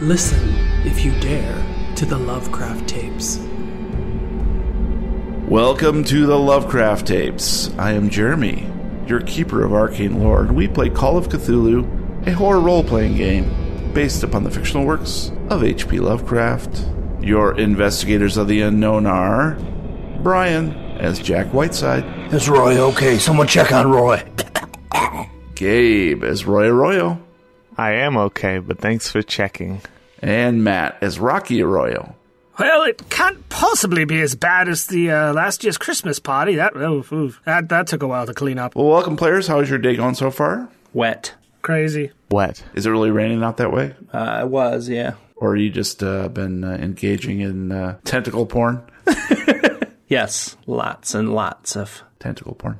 Listen, if you dare, to the Lovecraft tapes. Welcome to the Lovecraft Tapes. I am Jeremy, your keeper of arcane lore, and we play Call of Cthulhu, a horror role playing game based upon the fictional works of H.P. Lovecraft. Your investigators of the unknown are Brian as Jack Whiteside, Is Roy okay? Someone check on Roy. Gabe as Roy Arroyo, I am okay, but thanks for checking. and Matt as Rocky Arroyo. Well, it can't possibly be as bad as the uh, last year's Christmas party. That, oh, ooh, that that took a while to clean up. Well, welcome, players. How's your day going so far? wet. Crazy. What? Is it really raining out that way? Uh, it was, yeah. Or you just uh, been uh, engaging in uh, tentacle porn? Yes, lots and lots of. tentacle porn.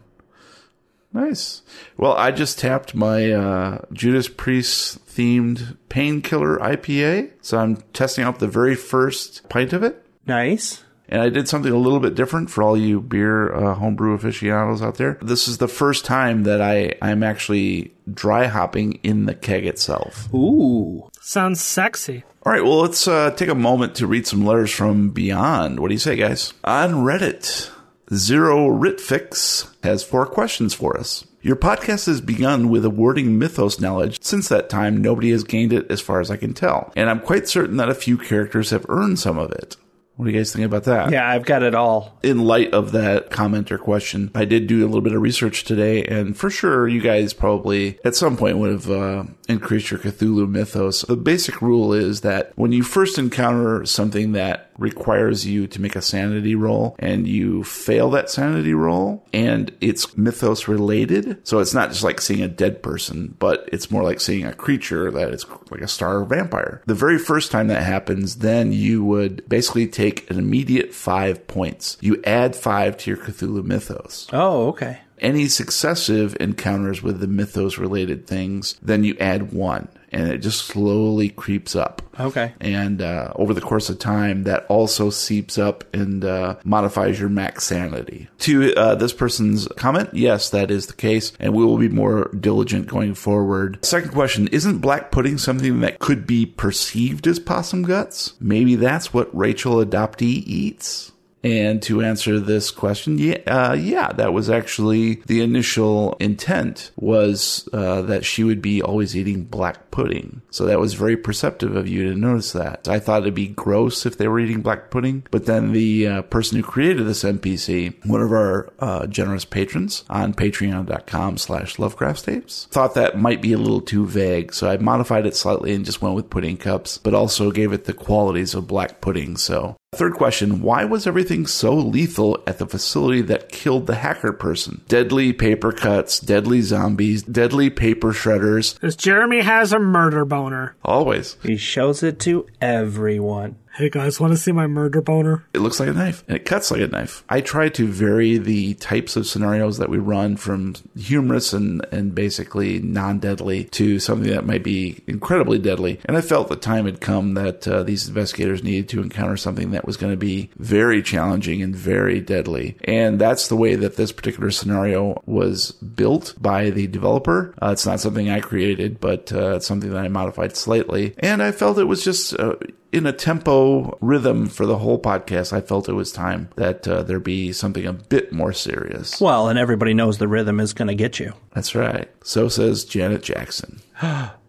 Nice. Well, I just tapped my uh, Judas Priest themed painkiller IPA, so I'm testing out the very first pint of it. Nice. And I did something a little bit different for all you beer uh, homebrew aficionados out there. This is the first time that I I'm actually dry hopping in the keg itself. Ooh. Sounds sexy. All right, well, let's uh, take a moment to read some letters from beyond. What do you say, guys? On Reddit, Zero Ritfix has four questions for us. Your podcast has begun with awarding mythos knowledge. Since that time, nobody has gained it as far as I can tell. And I'm quite certain that a few characters have earned some of it. What do you guys think about that? Yeah, I've got it all. in light of that comment or question, I did do a little bit of research today, and for sure, you guys probably at some point would have uh, increased your Cthulhu mythos. The basic rule is that when you first encounter something that requires you to make a sanity roll and you fail that sanity roll, and it's mythos related, so it's not just like seeing a dead person, but it's more like seeing a creature that is like a star or vampire. The very first time that happens, then you would basically take an immediate five points. You add five to your Cthulhu mythos. Oh, okay. Any successive encounters with the mythos related things, then you add one, and it just slowly creeps up. Okay. And uh, over the course of time, that also seeps up and uh, modifies your max sanity. To uh, this person's comment, yes, that is the case, and we will be more diligent going forward. Second question Isn't black pudding something that could be perceived as possum guts? Maybe that's what Rachel Adoptee eats? And to answer this question, yeah, uh, yeah, that was actually the initial intent was uh, that she would be always eating black pudding. So that was very perceptive of you to notice that. I thought it'd be gross if they were eating black pudding, but then the uh, person who created this NPC, one of our uh, generous patrons on patreon.com slash lovecraftstapes, thought that might be a little too vague. So I modified it slightly and just went with pudding cups, but also gave it the qualities of black pudding. So Third question Why was everything so lethal at the facility that killed the hacker person? Deadly paper cuts, deadly zombies, deadly paper shredders. Because Jeremy has a murder boner. Always. He shows it to everyone. Hey guys, want to see my murder boner? It looks like a knife and it cuts like a knife. I try to vary the types of scenarios that we run from humorous and, and basically non deadly to something that might be incredibly deadly. And I felt the time had come that uh, these investigators needed to encounter something that was going to be very challenging and very deadly. And that's the way that this particular scenario was built by the developer. Uh, it's not something I created, but uh, it's something that I modified slightly. And I felt it was just. Uh, in a tempo rhythm for the whole podcast, I felt it was time that uh, there be something a bit more serious. Well, and everybody knows the rhythm is going to get you. That's right. So says Janet Jackson.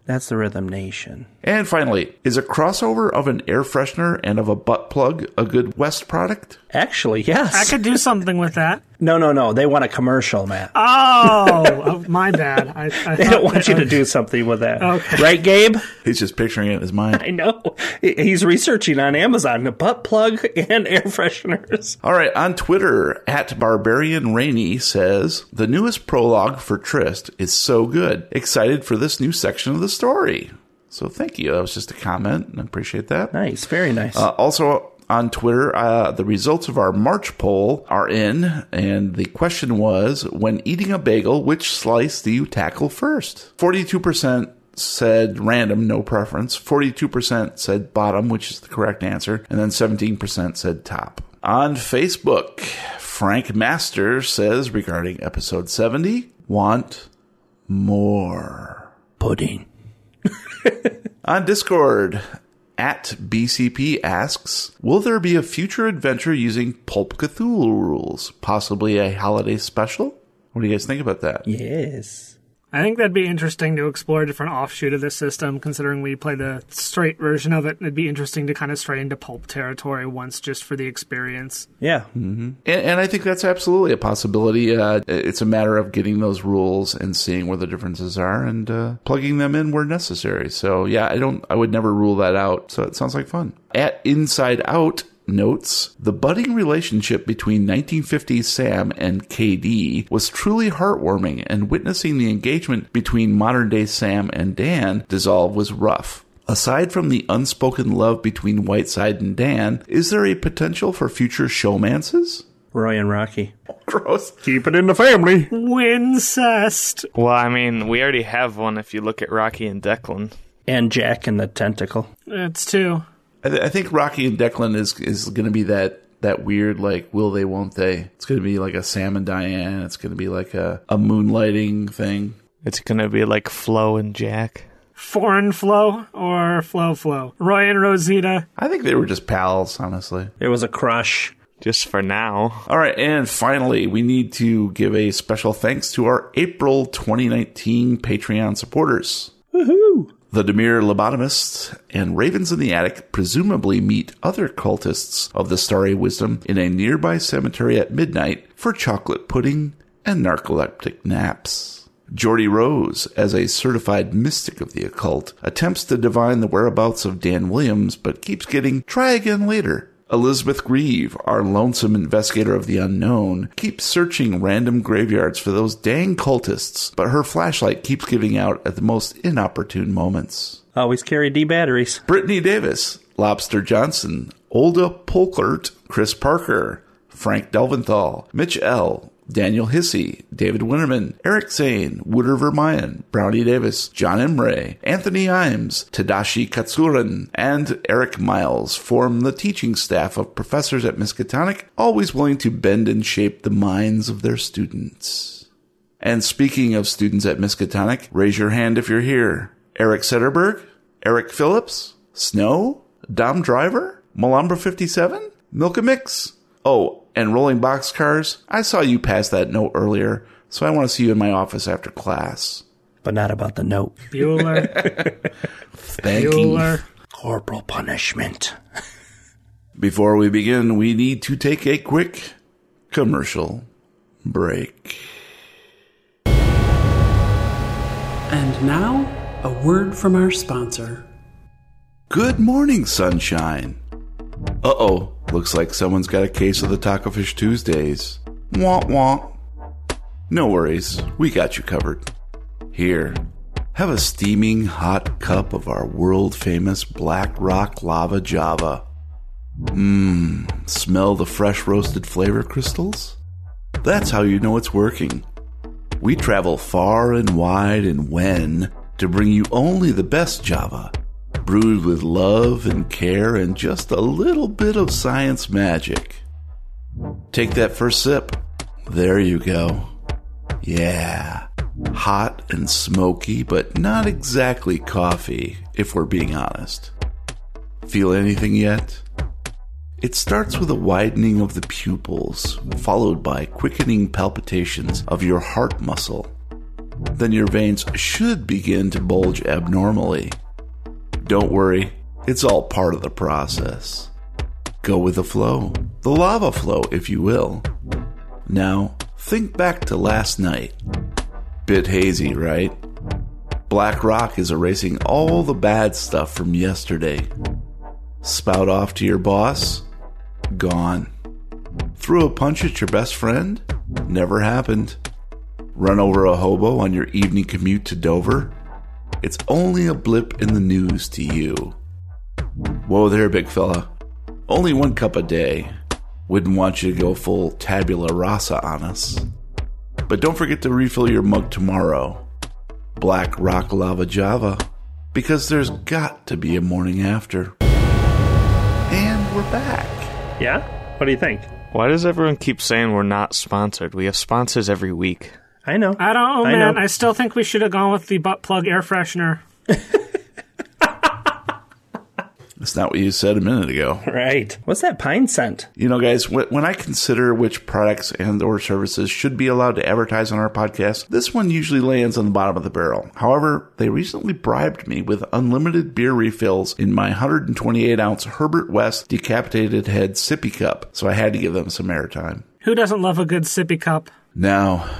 That's the Rhythm Nation. And finally, is a crossover of an air freshener and of a butt plug a good West product? Actually, yes. I could do something with that. no, no, no. They want a commercial, Matt. Oh, oh, my bad. I, I they don't want you to do something with that. Okay. Right, Gabe? He's just picturing it in his mind. I know. He- He's researching on Amazon a butt plug and air fresheners. All right, on Twitter, at Barbarian Rainey says, The newest prologue for Trist is so good. Excited for this new section of the story. So thank you. That was just a comment. I appreciate that. Nice. Very nice. Uh, also on Twitter, uh, the results of our March poll are in, and the question was when eating a bagel, which slice do you tackle first? 42%. Said random, no preference. 42% said bottom, which is the correct answer. And then 17% said top. On Facebook, Frank Master says regarding episode 70, want more. pudding. On Discord, at BCP asks, will there be a future adventure using Pulp Cthulhu rules? Possibly a holiday special? What do you guys think about that? Yes. I think that'd be interesting to explore a different offshoot of this system, considering we play the straight version of it. It'd be interesting to kind of stray into pulp territory once just for the experience. Yeah. And, and I think that's absolutely a possibility. Uh, it's a matter of getting those rules and seeing where the differences are and uh, plugging them in where necessary. So yeah, I don't, I would never rule that out. So it sounds like fun. At Inside Out notes, the budding relationship between 1950s Sam and KD was truly heartwarming, and witnessing the engagement between modern day Sam and Dan dissolve was rough. Aside from the unspoken love between Whiteside and Dan, is there a potential for future showmances? Roy and Rocky. Gross. Keep it in the family. Wincest! Well, I mean, we already have one if you look at Rocky and Declan. And Jack and the tentacle. It's two. I, th- I think Rocky and Declan is is going to be that that weird like will they won't they? It's going to be like a Sam and Diane. It's going to be like a a moonlighting thing. It's gonna be like Flo and Jack. Foreign flow or flow flow? Roy and Rosita. I think they were just pals, honestly. There was a crush. Just for now. All right, and finally, we need to give a special thanks to our April 2019 Patreon supporters. Woohoo! The Demir Lobotomist and Ravens in the Attic presumably meet other cultists of the Starry Wisdom in a nearby cemetery at midnight for chocolate pudding and narcoleptic naps. Jordy Rose, as a certified mystic of the occult, attempts to divine the whereabouts of Dan Williams but keeps getting try again later. Elizabeth Grieve, our lonesome investigator of the unknown, keeps searching random graveyards for those dang cultists, but her flashlight keeps giving out at the most inopportune moments. Always carry D batteries. Brittany Davis, Lobster Johnson, Olga Polkert, Chris Parker, Frank Delventhal, Mitch L., Daniel Hissey, David Winterman, Eric Zane, Wooder Vermeyen, Brownie Davis, John Imre, Anthony Imes, Tadashi Katsurin, and Eric Miles form the teaching staff of professors at Miskatonic, always willing to bend and shape the minds of their students. And speaking of students at Miskatonic, raise your hand if you're here. Eric Setterberg, Eric Phillips, Snow, Dom Driver, Malambra 57, Milka Mix. Oh, and Rolling Boxcars, I saw you pass that note earlier, so I want to see you in my office after class. But not about the note. Bueller. Thank Bueller. Corporal punishment. Before we begin, we need to take a quick commercial break. And now, a word from our sponsor. Good morning, sunshine. Uh oh, looks like someone's got a case of the Taco Fish Tuesdays. Womp womp. No worries, we got you covered. Here, have a steaming hot cup of our world famous Black Rock Lava Java. Mmm, smell the fresh roasted flavor crystals? That's how you know it's working. We travel far and wide and when to bring you only the best Java brewed with love and care and just a little bit of science magic. Take that first sip. There you go. Yeah. Hot and smoky, but not exactly coffee, if we're being honest. Feel anything yet? It starts with a widening of the pupils, followed by quickening palpitations of your heart muscle. Then your veins should begin to bulge abnormally. Don't worry, it's all part of the process. Go with the flow, the lava flow, if you will. Now, think back to last night. Bit hazy, right? Black Rock is erasing all the bad stuff from yesterday. Spout off to your boss? Gone. Threw a punch at your best friend? Never happened. Run over a hobo on your evening commute to Dover? It's only a blip in the news to you. Whoa there, big fella. Only one cup a day. Wouldn't want you to go full tabula rasa on us. But don't forget to refill your mug tomorrow. Black Rock Lava Java. Because there's got to be a morning after. And we're back. Yeah? What do you think? Why does everyone keep saying we're not sponsored? We have sponsors every week. I know. I don't know, I man. know. I still think we should have gone with the butt plug air freshener. That's not what you said a minute ago. Right. What's that pine scent? You know, guys, wh- when I consider which products and or services should be allowed to advertise on our podcast, this one usually lands on the bottom of the barrel. However, they recently bribed me with unlimited beer refills in my 128 ounce Herbert West decapitated head sippy cup, so I had to give them some airtime. Who doesn't love a good sippy cup? Now,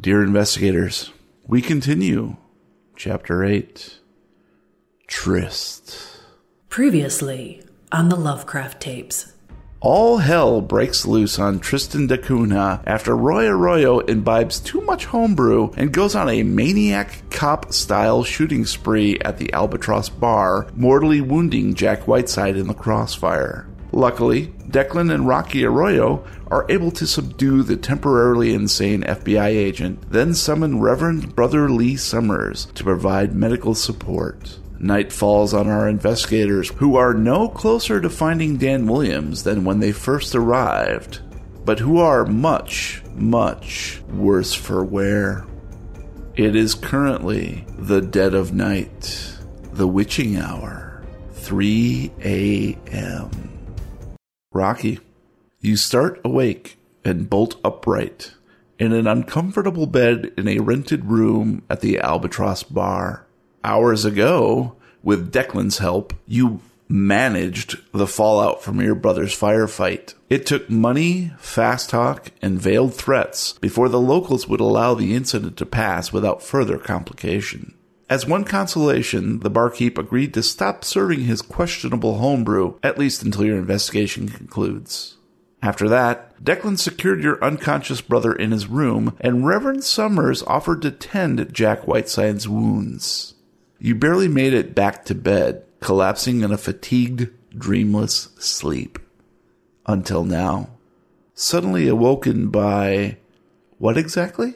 dear investigators, we continue. Chapter 8 Tryst. Previously on the Lovecraft tapes. All hell breaks loose on Tristan da Cunha after Roy Arroyo imbibes too much homebrew and goes on a maniac cop style shooting spree at the Albatross Bar, mortally wounding Jack Whiteside in the crossfire. Luckily, Declan and Rocky Arroyo are able to subdue the temporarily insane FBI agent, then summon Reverend Brother Lee Summers to provide medical support. Night falls on our investigators, who are no closer to finding Dan Williams than when they first arrived, but who are much, much worse for wear. It is currently the dead of night, the witching hour, 3 a.m. Rocky, you start awake and bolt upright in an uncomfortable bed in a rented room at the Albatross Bar. Hours ago, with Declan's help, you managed the fallout from your brother's firefight. It took money, fast talk, and veiled threats before the locals would allow the incident to pass without further complication. As one consolation, the barkeep agreed to stop serving his questionable homebrew, at least until your investigation concludes. After that, Declan secured your unconscious brother in his room, and Reverend Summers offered to tend Jack Whiteside's wounds. You barely made it back to bed, collapsing in a fatigued, dreamless sleep. Until now. Suddenly awoken by. What exactly?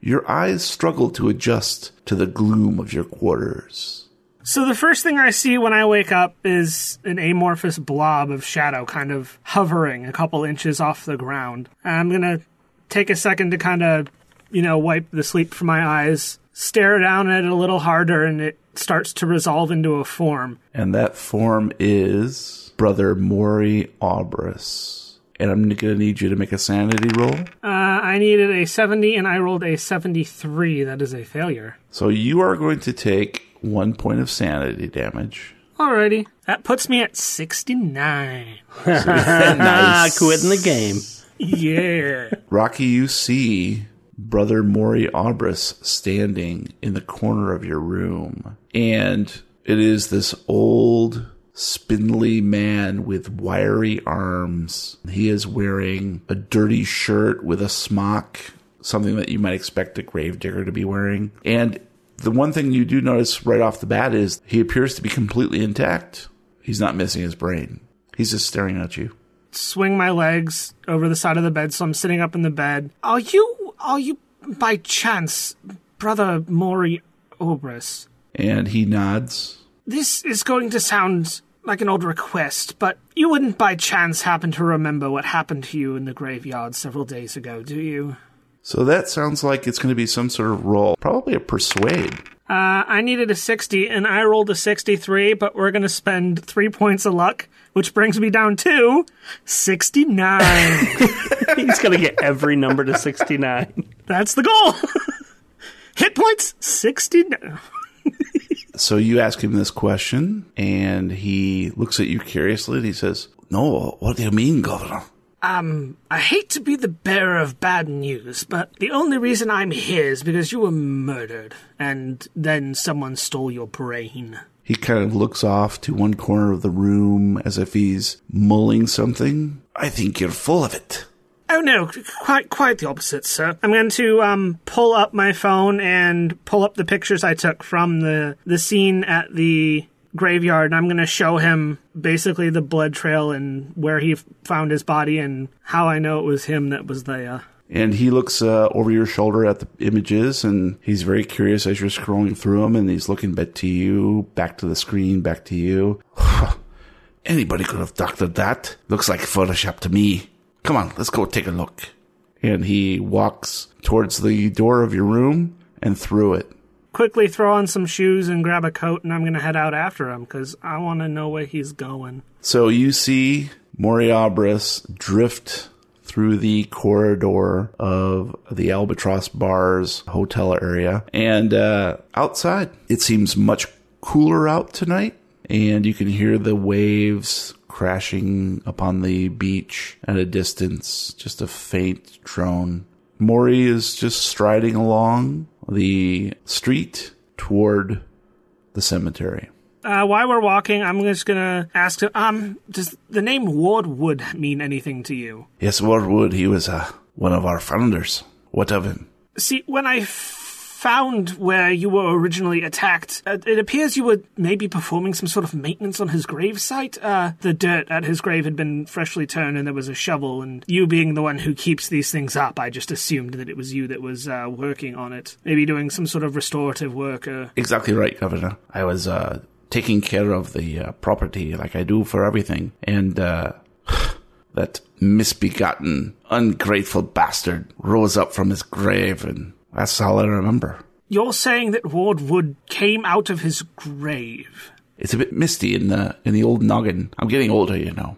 Your eyes struggle to adjust to the gloom of your quarters. So the first thing I see when I wake up is an amorphous blob of shadow kind of hovering a couple inches off the ground. And I'm going to take a second to kind of, you know, wipe the sleep from my eyes, stare down at it a little harder, and it starts to resolve into a form. And that form is Brother Maury Aubris. And I'm going to need you to make a sanity roll. Uh, I needed a 70 and I rolled a 73. That is a failure. So you are going to take one point of sanity damage. Alrighty. That puts me at 69. Ah, quit in the game. Yeah. Rocky, you see Brother Maury Aubris standing in the corner of your room. And it is this old, spindly man with wiry arms. He is wearing a dirty shirt with a smock, something that you might expect a gravedigger to be wearing. And the one thing you do notice right off the bat is he appears to be completely intact. He's not missing his brain. He's just staring at you. swing my legs over the side of the bed so I'm sitting up in the bed. Are you are you by chance brother Maury Obris? And he nods. This is going to sound like an old request, but you wouldn't by chance happen to remember what happened to you in the graveyard several days ago, do you? So that sounds like it's going to be some sort of roll, probably a persuade. Uh, I needed a 60 and I rolled a 63, but we're going to spend 3 points of luck, which brings me down to 69. He's gonna get every number to sixty nine. That's the goal. Hit points 69. So you ask him this question, and he looks at you curiously, and he says, "No, what do you mean, Governor?" I hate to be the bearer of bad news, but the only reason I'm here is because you were murdered, and then someone stole your brain. He kind of looks off to one corner of the room as if he's mulling something. I think you're full of it. Oh no, quite quite the opposite, sir. I'm going to um pull up my phone and pull up the pictures I took from the the scene at the graveyard and I'm going to show him basically the blood trail and where he f- found his body and how I know it was him that was there. And he looks uh, over your shoulder at the images, and he's very curious as you're scrolling through them, and he's looking back to you, back to the screen, back to you. Anybody could have doctored that. Looks like Photoshop to me. Come on, let's go take a look. And he walks towards the door of your room and through it. quickly throw on some shoes and grab a coat, and I'm going to head out after him because I want to know where he's going. So you see Moriabris drift through the corridor of the Albatross Bars hotel area. And uh, outside, it seems much cooler out tonight. And you can hear the waves crashing upon the beach at a distance, just a faint drone. Mori is just striding along the street toward the cemetery. Uh, while we're walking, I'm just going to ask him, um, does the name Ward Wood mean anything to you? Yes, Warwood, he was uh, one of our founders. What of him? See, when I f- found where you were originally attacked, uh, it appears you were maybe performing some sort of maintenance on his gravesite. Uh, the dirt at his grave had been freshly turned and there was a shovel, and you being the one who keeps these things up, I just assumed that it was you that was uh, working on it. Maybe doing some sort of restorative work Uh, or Exactly right, Governor. I was uh, taking care of the uh, property like I do for everything, and uh, that misbegotten, ungrateful bastard rose up from his grave, and that's all I remember. You're saying that Ward Wood came out of his grave. It's a bit misty in the in the old noggin. I'm getting older, you know.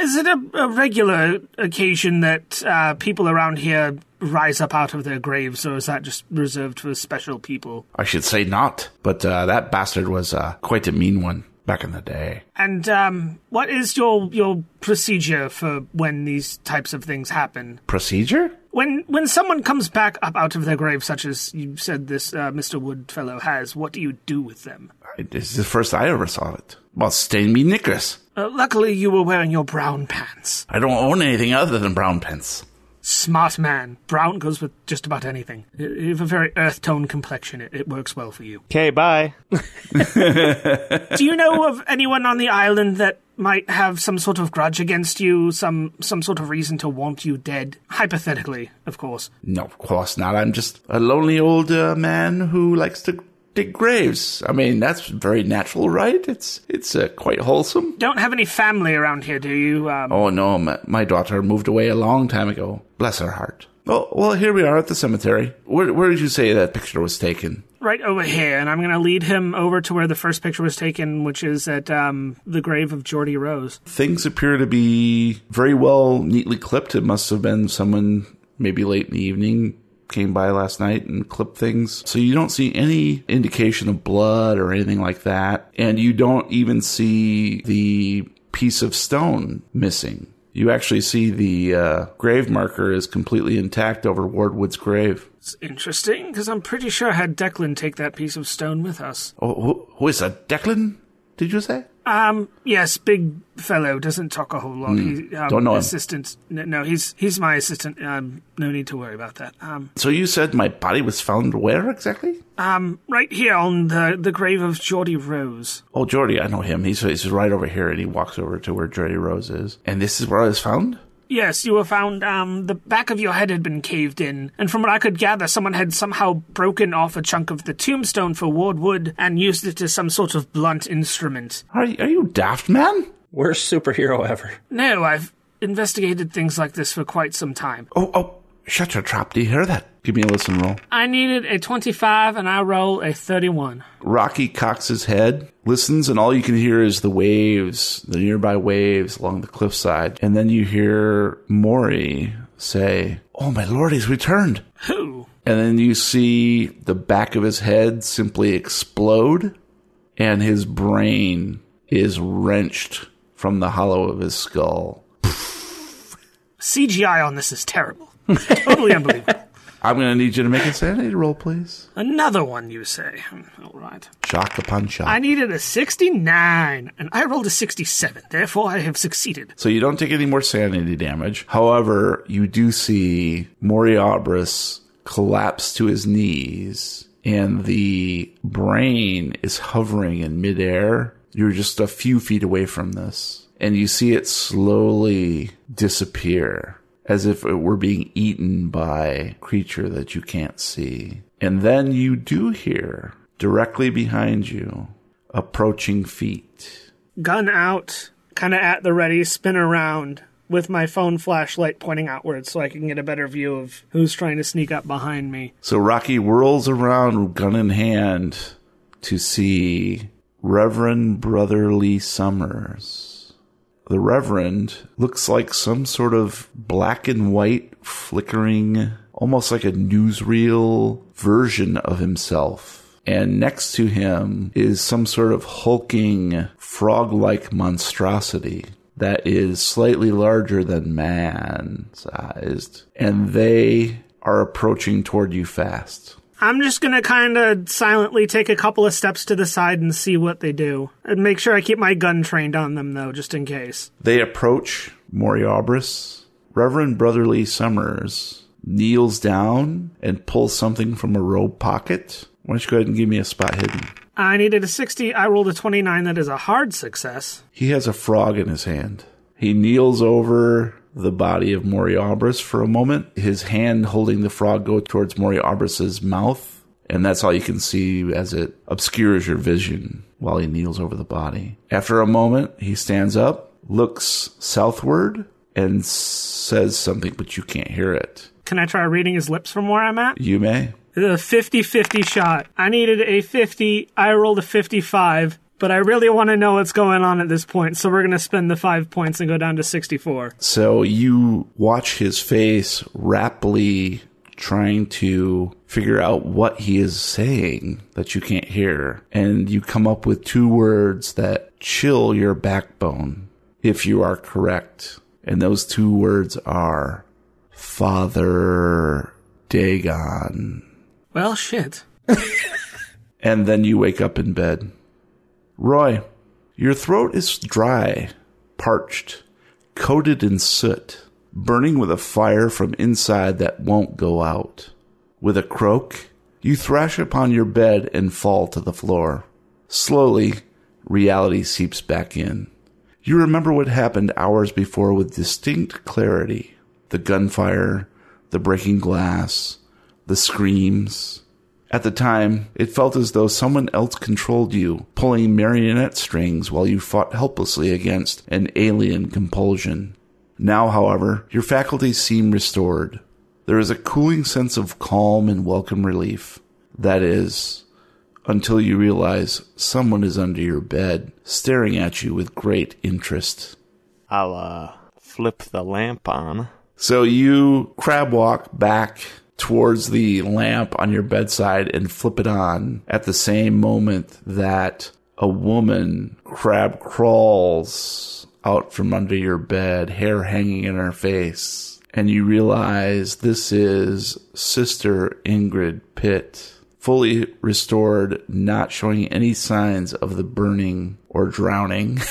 Is it a, a regular occasion that uh, people around here rise up out of their graves, or is that just reserved for special people? I should say not, but uh, that bastard was uh, quite a mean one back in the day. And um, what is your your procedure for when these types of things happen? Procedure? When when someone comes back up out of their grave, such as you said this uh, Mister Woodfellow has, what do you do with them? This is the first I ever saw it. Well, stain me knickers. Uh, luckily, you were wearing your brown pants. I don't own anything other than brown pence. Smart man. Brown goes with just about anything. You have a very earth tone complexion. It, it works well for you. Okay, bye. Do you know of anyone on the island that might have some sort of grudge against you, some some sort of reason to want you dead? Hypothetically, of course. No, of course not. I'm just a lonely old uh, man who likes to dig graves. I mean, that's very natural, right? It's it's uh, quite wholesome. Don't have any family around here, do you? Um, Oh no, my, my daughter moved away a long time ago. Bless her heart. Oh well, here we are at the cemetery. Where, where did you say that picture was taken? Right over here, and I'm going to lead him over to where the first picture was taken, which is at um, the grave of Geordie Rose. Things appear to be very well neatly clipped. It must have been someone maybe late in the evening came by last night and clipped things. So you don't see any indication of blood or anything like that. And you don't even see the piece of stone missing. You actually see the uh, grave marker is completely intact over Wardwood's grave. It's interesting, because I'm pretty sure I had Declan take that piece of stone with us. Oh, who, who is that? Declan? Did you say? Um, yes, big fellow doesn't talk a whole lot. He, um, Hmm. Don't know him. Assistant, n- no, he's he's my assistant. Um, no need to worry about that. Um, So you said my body was found where exactly? right here on the the grave of Geordie Rose. Oh, Jordy, I know him. He's, he's right over here, and he walks over to where Jordy Rose is. And this is where I was found? Yes, you were found. Um, the back of your head had been caved in, and from what I could gather, someone had somehow broken off a chunk of the tombstone for Ward Wood and used it as some sort of blunt instrument. Are, you- are you daft, man? Worst superhero ever. No, I've investigated things like this for quite some time. Oh, oh, shut your trap. Do you hear that? Give me a listen roll. I needed a twenty-five, and I roll a thirty-one. Rocky cocks his head, listens, and all you can hear is the waves, the nearby waves along the cliffside. And then you hear Maury say, Oh, my lord, he's returned. Who? And then you see the back of his head simply explode, and his brain is wrenched from the hollow of his skull. CGI on this is terrible. totally unbelievable. I'm going to need you to make a sanity roll, please. Another one, you say? Hmm, All right. Shock upon shock. I needed a 69, and I rolled a 67. Therefore, I have succeeded. so you don't take any more sanity damage. However, you do see Moriabris collapse to his knees, and the brain is hovering in midair. You're just a few feet away from this, and you see it slowly disappear as if it were being eaten by a creature that you can't see. And then you do hear directly behind you approaching feet. gun out, kind of at the ready, spin around, with my phone flashlight pointing outwards so I can get a better view of who's trying to sneak up behind me. So Rocky whirls around, gun in hand, to see Reverend Brother Lee Summers. The Reverend looks like some sort of black and white flickering, almost like a newsreel version of himself. And next to him is some sort of hulking, frog like monstrosity that is slightly larger than man sized. And they are approaching toward you fast. I'm just gonna kinda silently take a couple of steps to the side and see what they do. And make sure I keep my gun trained on them though, just in case. They approach Moriobris. Reverend Brotherly Summers kneels down and pulls something from a robe pocket. Why don't you go ahead and give me a spot hidden? I needed a 60, I rolled a 29, that is a hard success. He has a frog in his hand. He kneels over the body of Moriobris for a moment. His hand holding the frog goes towards Moriobris's mouth, and that's all you can see as it obscures your vision while he kneels over the body. After a moment, he stands up, looks southward, and s- says something, but you can't hear it. Can I try reading his lips from where I'm at? You may. The 50 50 shot. I needed a 50. I rolled a 55, but I really want to know what's going on at this point, so we're going to spend the five points and go down to 64. So you watch his face rapidly trying to figure out what he is saying that you can't hear. And you come up with two words that chill your backbone if you are correct. And those two words are Father Dagon. Well, shit. And then you wake up in bed. Roy, your throat is dry, parched, coated in soot, burning with a fire from inside that won't go out. With a croak, you thrash upon your bed and fall to the floor. Slowly, reality seeps back in. You remember what happened hours before with distinct clarity the gunfire, the breaking glass, the screams. At the time, it felt as though someone else controlled you, pulling marionette strings while you fought helplessly against an alien compulsion. Now, however, your faculties seem restored. There is a cooling sense of calm and welcome relief. That is, until you realize someone is under your bed, staring at you with great interest. I'll uh, flip the lamp on. So you crab walk back towards the lamp on your bedside and flip it on at the same moment that a woman crab crawls out from under your bed, hair hanging in her face. And you realize this is Sister Ingrid Pitt, fully restored, not showing any signs of the burning or drowning.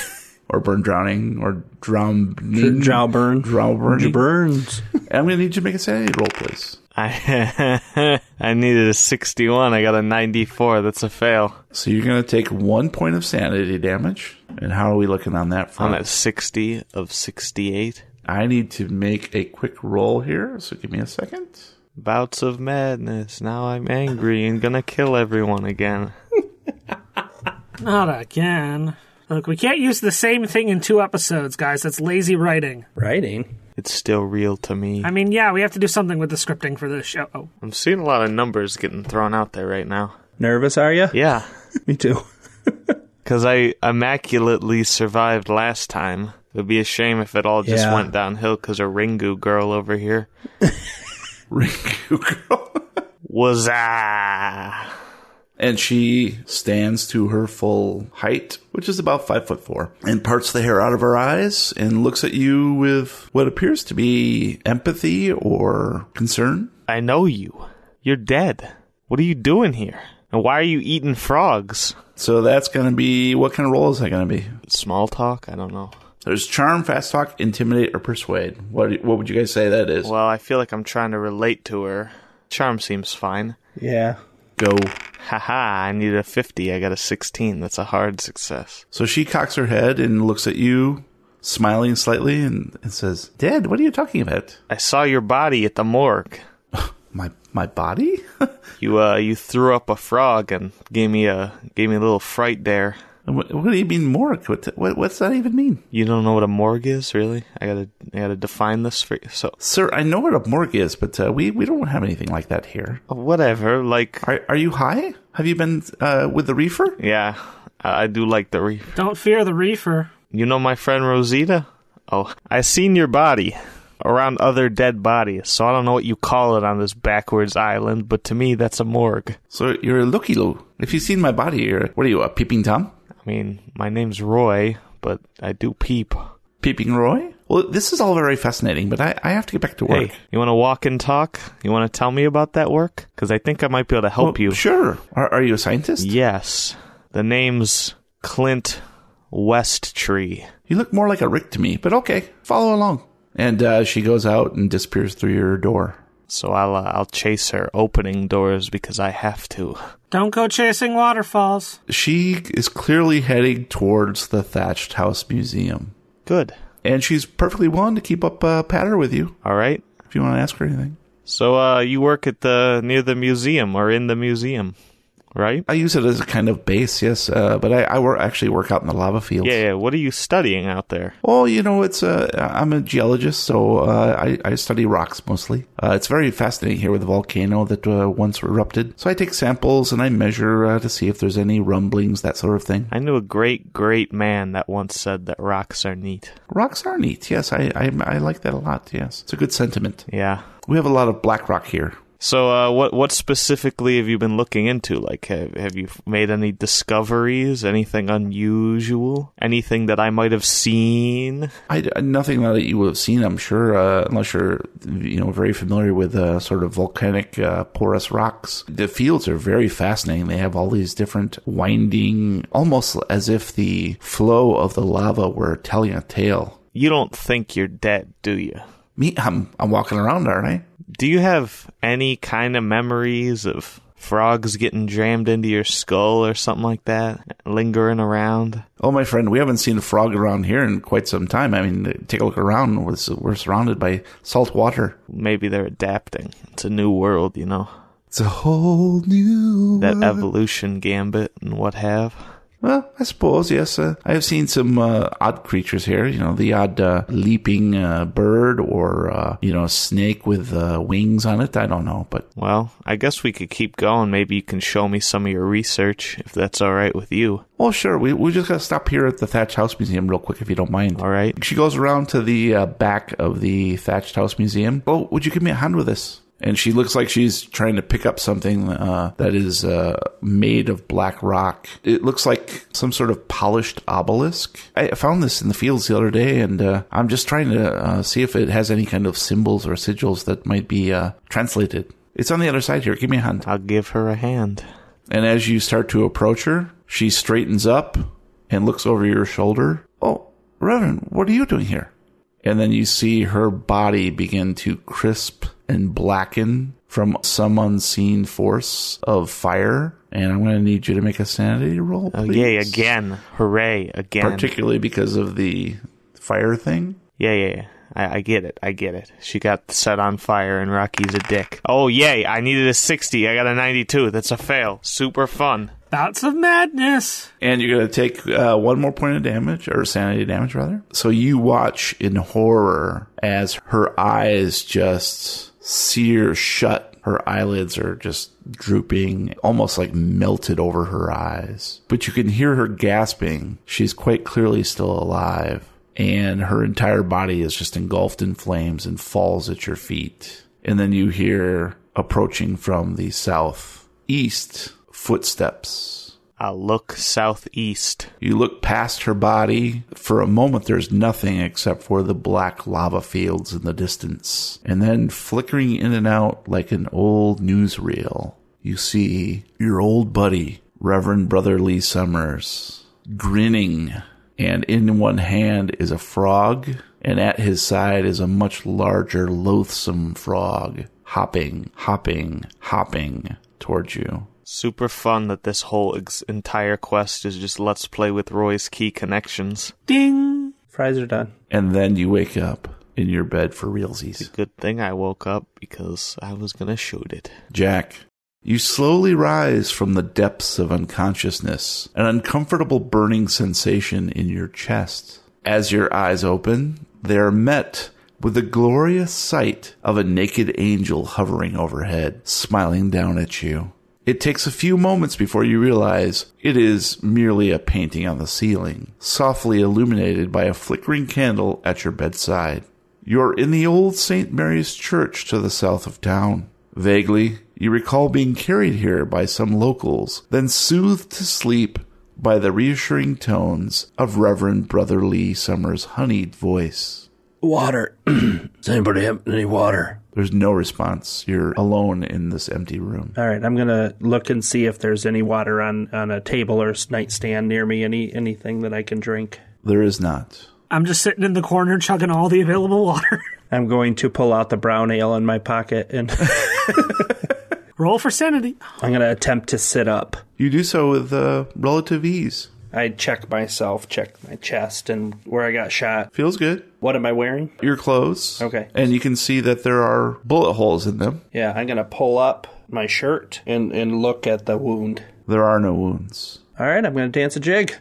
Or burn drowning, or drowning. Drow burn. Drow burning. Burns. I'm going to need you to make a sanity roll, please. I I needed a 61. I got a 94. That's a fail. So you're going to take one point of sanity damage. And how are we looking on that I'm front? at 60 of 68. I need to make a quick roll here. So give me a second. Bouts of madness. Now I'm angry and gonna kill everyone again. Not again. Look, we can't use the same thing in two episodes, guys. That's lazy writing. Writing. It's still real to me. I mean, yeah, we have to do something with the scripting for this show. Oh, I'm seeing a lot of numbers getting thrown out there right now. Nervous, are you? Yeah, Me too. because I immaculately survived last time. It would be a shame if it all just Yeah. went downhill because a Ringu girl over here Ringu girl. was ah. and she stands to her full height, which is about five foot four, and parts the hair out of her eyes and looks at you with what appears to be empathy or concern. I know you. You're dead. What are you doing here? And why are you eating frogs? So that's going to be what kind of roll is that going to be? Small talk? I don't know. There's charm, fast talk, intimidate, or persuade. What what would you guys say that is? Well, I feel like I'm trying to relate to her. Charm seems fine. Yeah. Go. Haha, I needed a 50. I got a 16. That's a hard success. So she cocks her head and looks at you, smiling slightly, and, and says, "Dad, what are you talking about? I saw your body at the morgue. My my body? You uh you threw up a frog and gave me a gave me a little fright there. What, what do you mean morgue? What, what, what's that even mean? You don't know what a morgue is, really? I gotta, I gotta define this for you. So, Sir, I know what a morgue is, but uh, we, we don't have anything like that here. whatever. Like, Are, are you high? Have you been uh, with the reefer? yeah, I I do like the reef. Don't fear the reefer. You know my friend Rosita? Oh, I seen your body around other dead bodies, so I don't know what you call it on this backwards island, but to me, that's a morgue. So you're a looky loo. If you've seen my body, you're, what are you, a peeping Tom? I mean, my name's Roy, but I do peep. Peeping Roy? Well, this is all very fascinating, but I, I have to get back to work. Hey, you want to walk and talk? You want to tell me about that work? Because I think I might be able to help Well, you. Sure. Are, are you a scientist? Yes. The name's Clint Westtree. You look more like a Rick to me, but okay, follow along. And uh, she goes out and disappears through your door. So I'll uh, I'll chase her opening doors because I have to. Don't go chasing waterfalls. She is clearly heading towards the Thatched House Museum. Good. And she's perfectly willing to keep up uh, patter with you All right. if you want to ask her anything. So uh you work at the near the museum or in the museum, right? I use it as a kind of base, yes, uh, but I, I work, actually work out in the lava fields. Yeah, yeah. What are you studying out there? Oh, you know, it's uh, I'm a geologist, so uh, I, I study rocks mostly. Uh, it's very fascinating here with the volcano that uh, once erupted. So I take samples and I measure uh, to see if there's any rumblings, that sort of thing. I knew a great great man that once said that rocks are neat. Rocks are neat, yes. I, I I like that a lot. Yes, it's a good sentiment. Yeah. We have a lot of black rock here. So uh what what specifically have you been looking into? Like have, have you made any discoveries, anything unusual, anything that I might have seen? I nothing that you would have seen, I'm sure, uh, unless you're you know very familiar with uh, sort of volcanic uh, porous rocks. The fields are very fascinating. They have all these different winding, almost as if the flow of the lava were telling a tale. You don't think you're dead, do you? Me, I'm I'm walking around, aren't I? Do you have any kind of memories of frogs getting jammed into your skull or something like that, lingering around? Oh, my friend, we haven't seen a frog around here in quite some time. I mean, take a look around. We're, we're surrounded by salt water. Maybe they're adapting. It's a new world, you know. It's a whole new That world. evolution gambit and what have. Well, I suppose yes. Uh, I have seen some uh, odd creatures here. You know, the odd uh, leaping uh, bird or uh, you know snake with uh, wings on it. I don't know, but Well, I guess we could keep going. Maybe you can show me some of your research if that's all right with you. well, oh, sure. We we just gotta stop here at the Thatched House Museum real quick, if you don't mind. All right. She goes around to the uh, back of the Thatched House Museum. Oh, would you give me a hand with this? And she looks like she's trying to pick up something uh, that is uh, made of black rock. It looks like some sort of polished obelisk. I found this in the fields the other day, and uh, I'm just trying to uh, see if it has any kind of symbols or sigils that might be uh, translated. It's on the other side here. Give me a hand. I'll give her a hand. And as you start to approach her, she straightens up and looks over your shoulder. Oh, Reverend, what are you doing here? And then you see her body begin to crisp and blacken from some unseen force of fire. And I'm going to need you to make a sanity roll. Oh, please. yay, again. Hooray, again. Particularly because of the fire thing. Yeah, yeah, yeah. I, I get it. I get it. She got set on fire and Rocky's a dick. Oh, yay. I needed a 60. I got a 92. That's a fail. Super fun. Bouts of madness. And you're going to take uh, one more point of damage, or sanity damage, rather. So you watch in horror as her eyes just sear shut. Her eyelids are just drooping, almost like melted over her eyes. But you can hear her gasping. She's quite clearly still alive. And her entire body is just engulfed in flames and falls at your feet. And then you hear approaching from the south east footsteps. I'll look southeast. You look past her body. For a moment, there's nothing except for the black lava fields in the distance. And then, flickering in and out like an old newsreel, you see your old buddy, Reverend Brother Lee Summers, grinning. And in one hand is a frog, and at his side is a much larger, loathsome frog, hopping, hopping, hopping towards you. Super fun that this whole ex- entire quest is just let's play with Roy's key connections. Ding. Fries are done. And then you wake up in your bed for realsies. Good thing I woke up because I was gonna shoot it. Jack, You slowly rise from the depths of unconsciousness, an uncomfortable burning sensation in your chest. As your eyes open, they are met with the glorious sight of a naked angel hovering overhead, smiling down at you. It takes a few moments before you realize it is merely a painting on the ceiling, softly illuminated by a flickering candle at your bedside. You're in the old St. Mary's Church to the south of town. Vaguely, you recall being carried here by some locals, then soothed to sleep by the reassuring tones of Reverend Brother Lee Summers' honeyed voice. Water. Does anybody have any water? There's no response. You're alone in this empty room. All right, I'm gonna look and see if there's any water on on a table or s- nightstand near me. Any anything that I can drink. There is not. I'm just sitting in the corner chugging all the available water. I'm going to pull out the brown ale in my pocket and Roll for sanity. I'm gonna attempt to sit up. You do so with uh, relative ease. I check myself, check my chest and where I got shot. Feels good. What am I wearing? Your clothes. Okay. And you can see that there are bullet holes in them. Yeah, I'm gonna pull up my shirt and and look at the wound. There are no wounds. All right, I'm gonna dance a jig.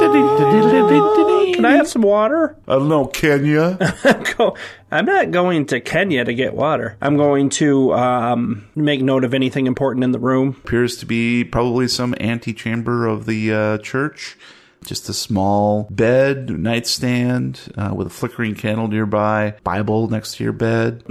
Can I have some water? I don't know, Kenya. Go. I'm not going to Kenya to get water. I'm going to um, make note of anything important in the room. Appears to be probably some antechamber of the uh, church. Just a small bed, nightstand uh, with a flickering candle nearby, Bible next to your bed.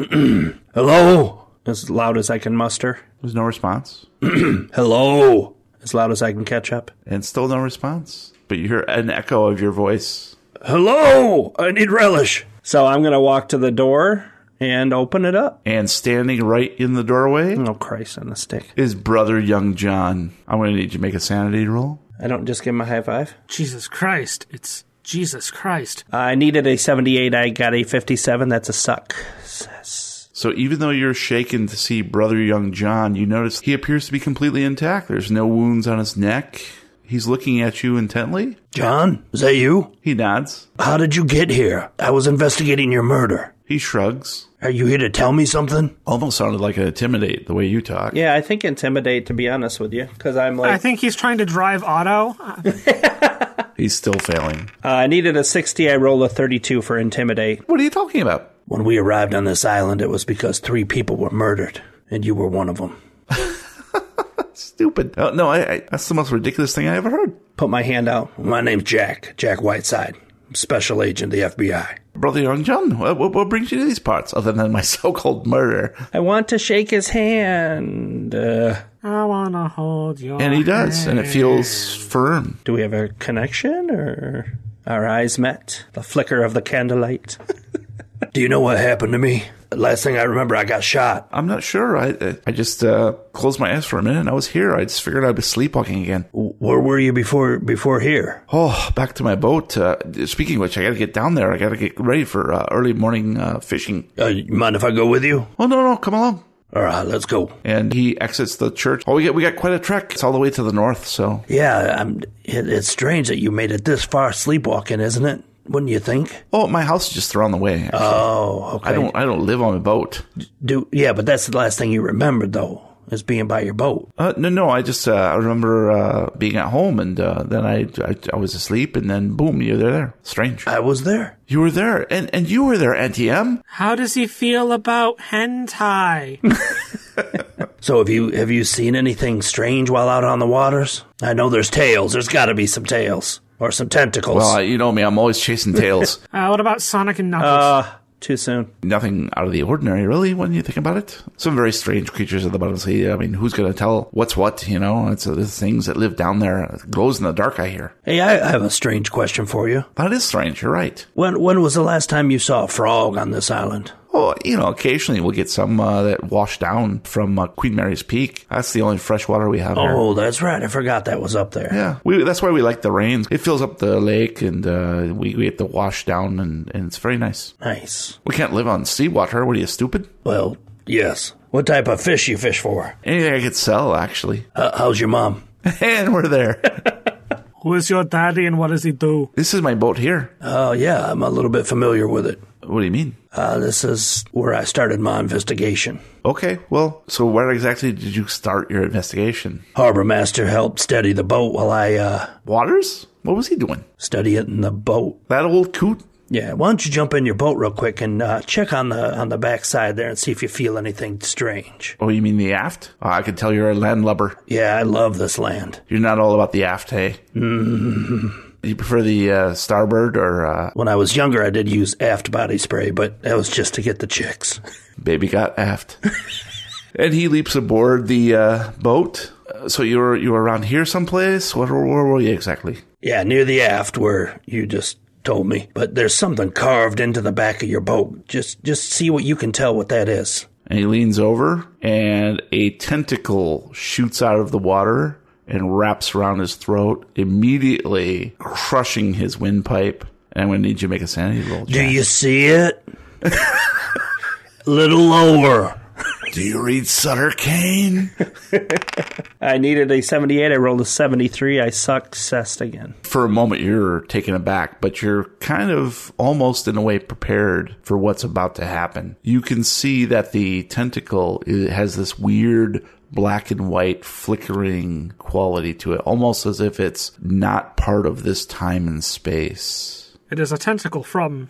Hello? As loud as I can muster. There's no response. Hello? As loud as I can catch up. And still no response. But you hear an echo of your voice. Hello? I need relish. So I'm gonna walk to the door and open it up. And standing right in the doorway Oh Christ on a stick! is brother Young John. I'm going to need you to make a sanity roll. I don't just give him a high five. Jesus Christ. It's Jesus Christ. I needed a 78. I got a 57. That's a suck. So even though you're shaken to see brother young John, you notice he appears to be completely intact. There's no wounds on his neck. He's looking at you intently. John, is that you? He nods. How did you get here? I was investigating your murder. He shrugs. Are you here to tell me something? Almost sounded like an intimidate the way you talk. Yeah, I think intimidate. To be honest with you, because I'm like I think he's trying to drive auto. He's still failing. Uh, I needed a 60. I rolled a 32 for intimidate. What are you talking about? When we arrived on this island, it was because three people were murdered, and you were one of them. Stupid. Oh, no, I, I, that's the most ridiculous thing I ever heard. Put my hand out. My name's Jack, Jack Whiteside. I'm special agent of the FBI. Brother young John, what, what, what brings you to these parts other than my so-called murder? I want to shake his hand. Uh, I wanna hold your And he does, and it feels firm. do we have a connection or our eyes met? The flicker of the candlelight. Do you know what happened to me? The last thing I remember, I got shot. I'm not sure. I I just uh, closed my eyes for a minute and I was here. I just figured I'd be sleepwalking again. Where were you before before here? Oh, back to my boat. Uh, speaking of which, I gotta get down there. I gotta get ready for uh, early morning uh, fishing. Uh, you mind if I go with you? Oh no, no, come along. All right, let's go. And he exits the church. Oh, we got we got quite a trek. It's all the way to the north. So Yeah, I'm, it, it's strange that you made it this far sleepwalking, isn't it? Wouldn't you think? oh, my house is just around the way. actually. Oh, okay. I don't I don't live on a boat. do. Yeah, but that's the last thing you remembered, though, is being by your boat. Uh, no, no, I just uh, I remember uh, being at home and uh, then I, I I was asleep and then boom, you're there. Strange. I was there. You were there and and you were there, Auntie M. How does he feel about hentai? So have you have you seen anything strange while out on the waters? I know there's tails. There's got to be some tails or some tentacles. Well, you know me. I'm always chasing tails. uh, what about Sonic and Knuckles? Uh, too soon. nothing out of the ordinary, really, when you think about it. Some very strange creatures at the bottom of the sea. I mean, who's going to tell what's what? You know, it's uh, the things that live down there. It glows in the dark, I hear. hey, I, I have a strange question for you. That is strange. You're right. When when was the last time you saw a frog on this island? Well, you know, occasionally we'll get some uh, that wash down from uh, Queen Mary's Peak. That's the only fresh water we have here. Oh, that's right. I forgot that was up there. Yeah, we, that's why we like the rains. It fills up the lake, and uh, we, we get the wash down, and, and it's very nice. Nice. We can't live on seawater. What are you stupid? Well, yes. What type of fish you fish for? Anything I could sell, actually. Uh, how's your mom? and we're there. Uh, Who is your daddy and what does he do? this is my boat here. Uh, Oh, yeah, I'm a little bit familiar with it. What do you mean? Uh, this is where I started my investigation. Okay, well, so where exactly did you start your investigation? Harbor master helped steady the boat while I uh, Waters? What was he doing? study it in the boat. That old coot? Yeah, why don't you jump in your boat real quick and uh, check on the on the backside there and see if you feel anything strange. Oh, you mean the aft? Oh, I can tell you're a landlubber. Yeah, I love this land. You're not all about the aft, hey? Mm-hmm. you prefer the uh, starboard or uh, When I was younger, I did use aft body spray, but that was just to get the chicks. baby got aft? and he leaps aboard the uh, boat. Uh, so you were you were around here someplace? Where, where were you exactly? Yeah, near the aft where you just told me. But there's something carved into the back of your boat. Just just see what you can tell what that is. And he leans over, and a tentacle shoots out of the water and wraps around his throat, immediately crushing his windpipe. And I'm going to need you to make a sanity roll. Do Jack. you see it? Little lower. Do you read Sutter Kane? I needed a 78. I rolled a 73. I suck cessed again. For a moment, you're taken aback, but you're kind of almost in a way prepared for what's about to happen. You can see that the tentacle i- has this weird black and white flickering quality to it, almost as if it's not part of this time and space. It is a tentacle from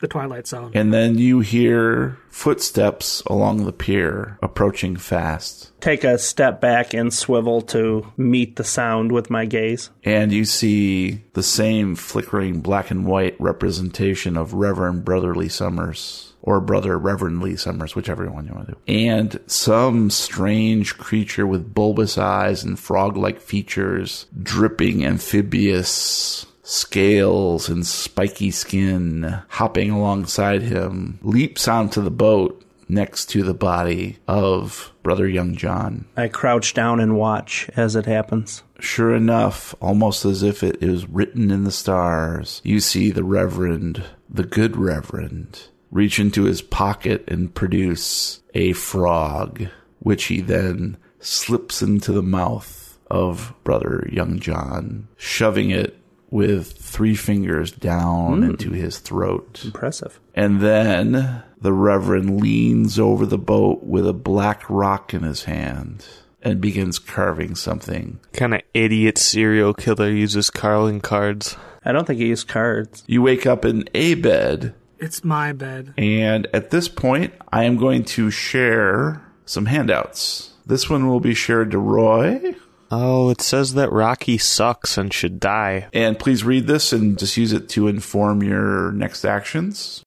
the Twilight Zone. And then you hear footsteps along the pier approaching fast. Take a step back and swivel to meet the sound with my gaze. And you see the same flickering black and white representation of Reverend Brother Lee Summers, or Brother Reverend Lee Summers, whichever one you want to do. And some strange creature with bulbous eyes and frog like features, dripping amphibious scales and spiky skin, hopping alongside him, leaps onto the boat next to the body of Brother Young John I crouch down and watch as it happens. sure enough, almost as if it is written in the stars, you see the Reverend, the good Reverend, reach into his pocket and produce a frog, which he then slips into the mouth of Brother Young John, shoving it with three fingers down into his throat. Impressive. And then the Reverend leans over the boat with a black rock in his hand and begins carving something Kind of idiot serial killer uses Carlin cards. I don't think he used cards. You wake up in a bed, It's my bed. and at this point, I am going to share some handouts. This one will be shared to Roy, Oh, it says that Rocky sucks and should die. and please read this and just use it to inform your next actions.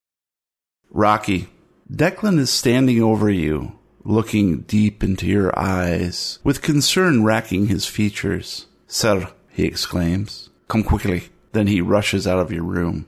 Rocky, Declan is standing over you, looking deep into your eyes, with concern racking his features. Sir, he exclaims, come quickly. Then he rushes out of your room.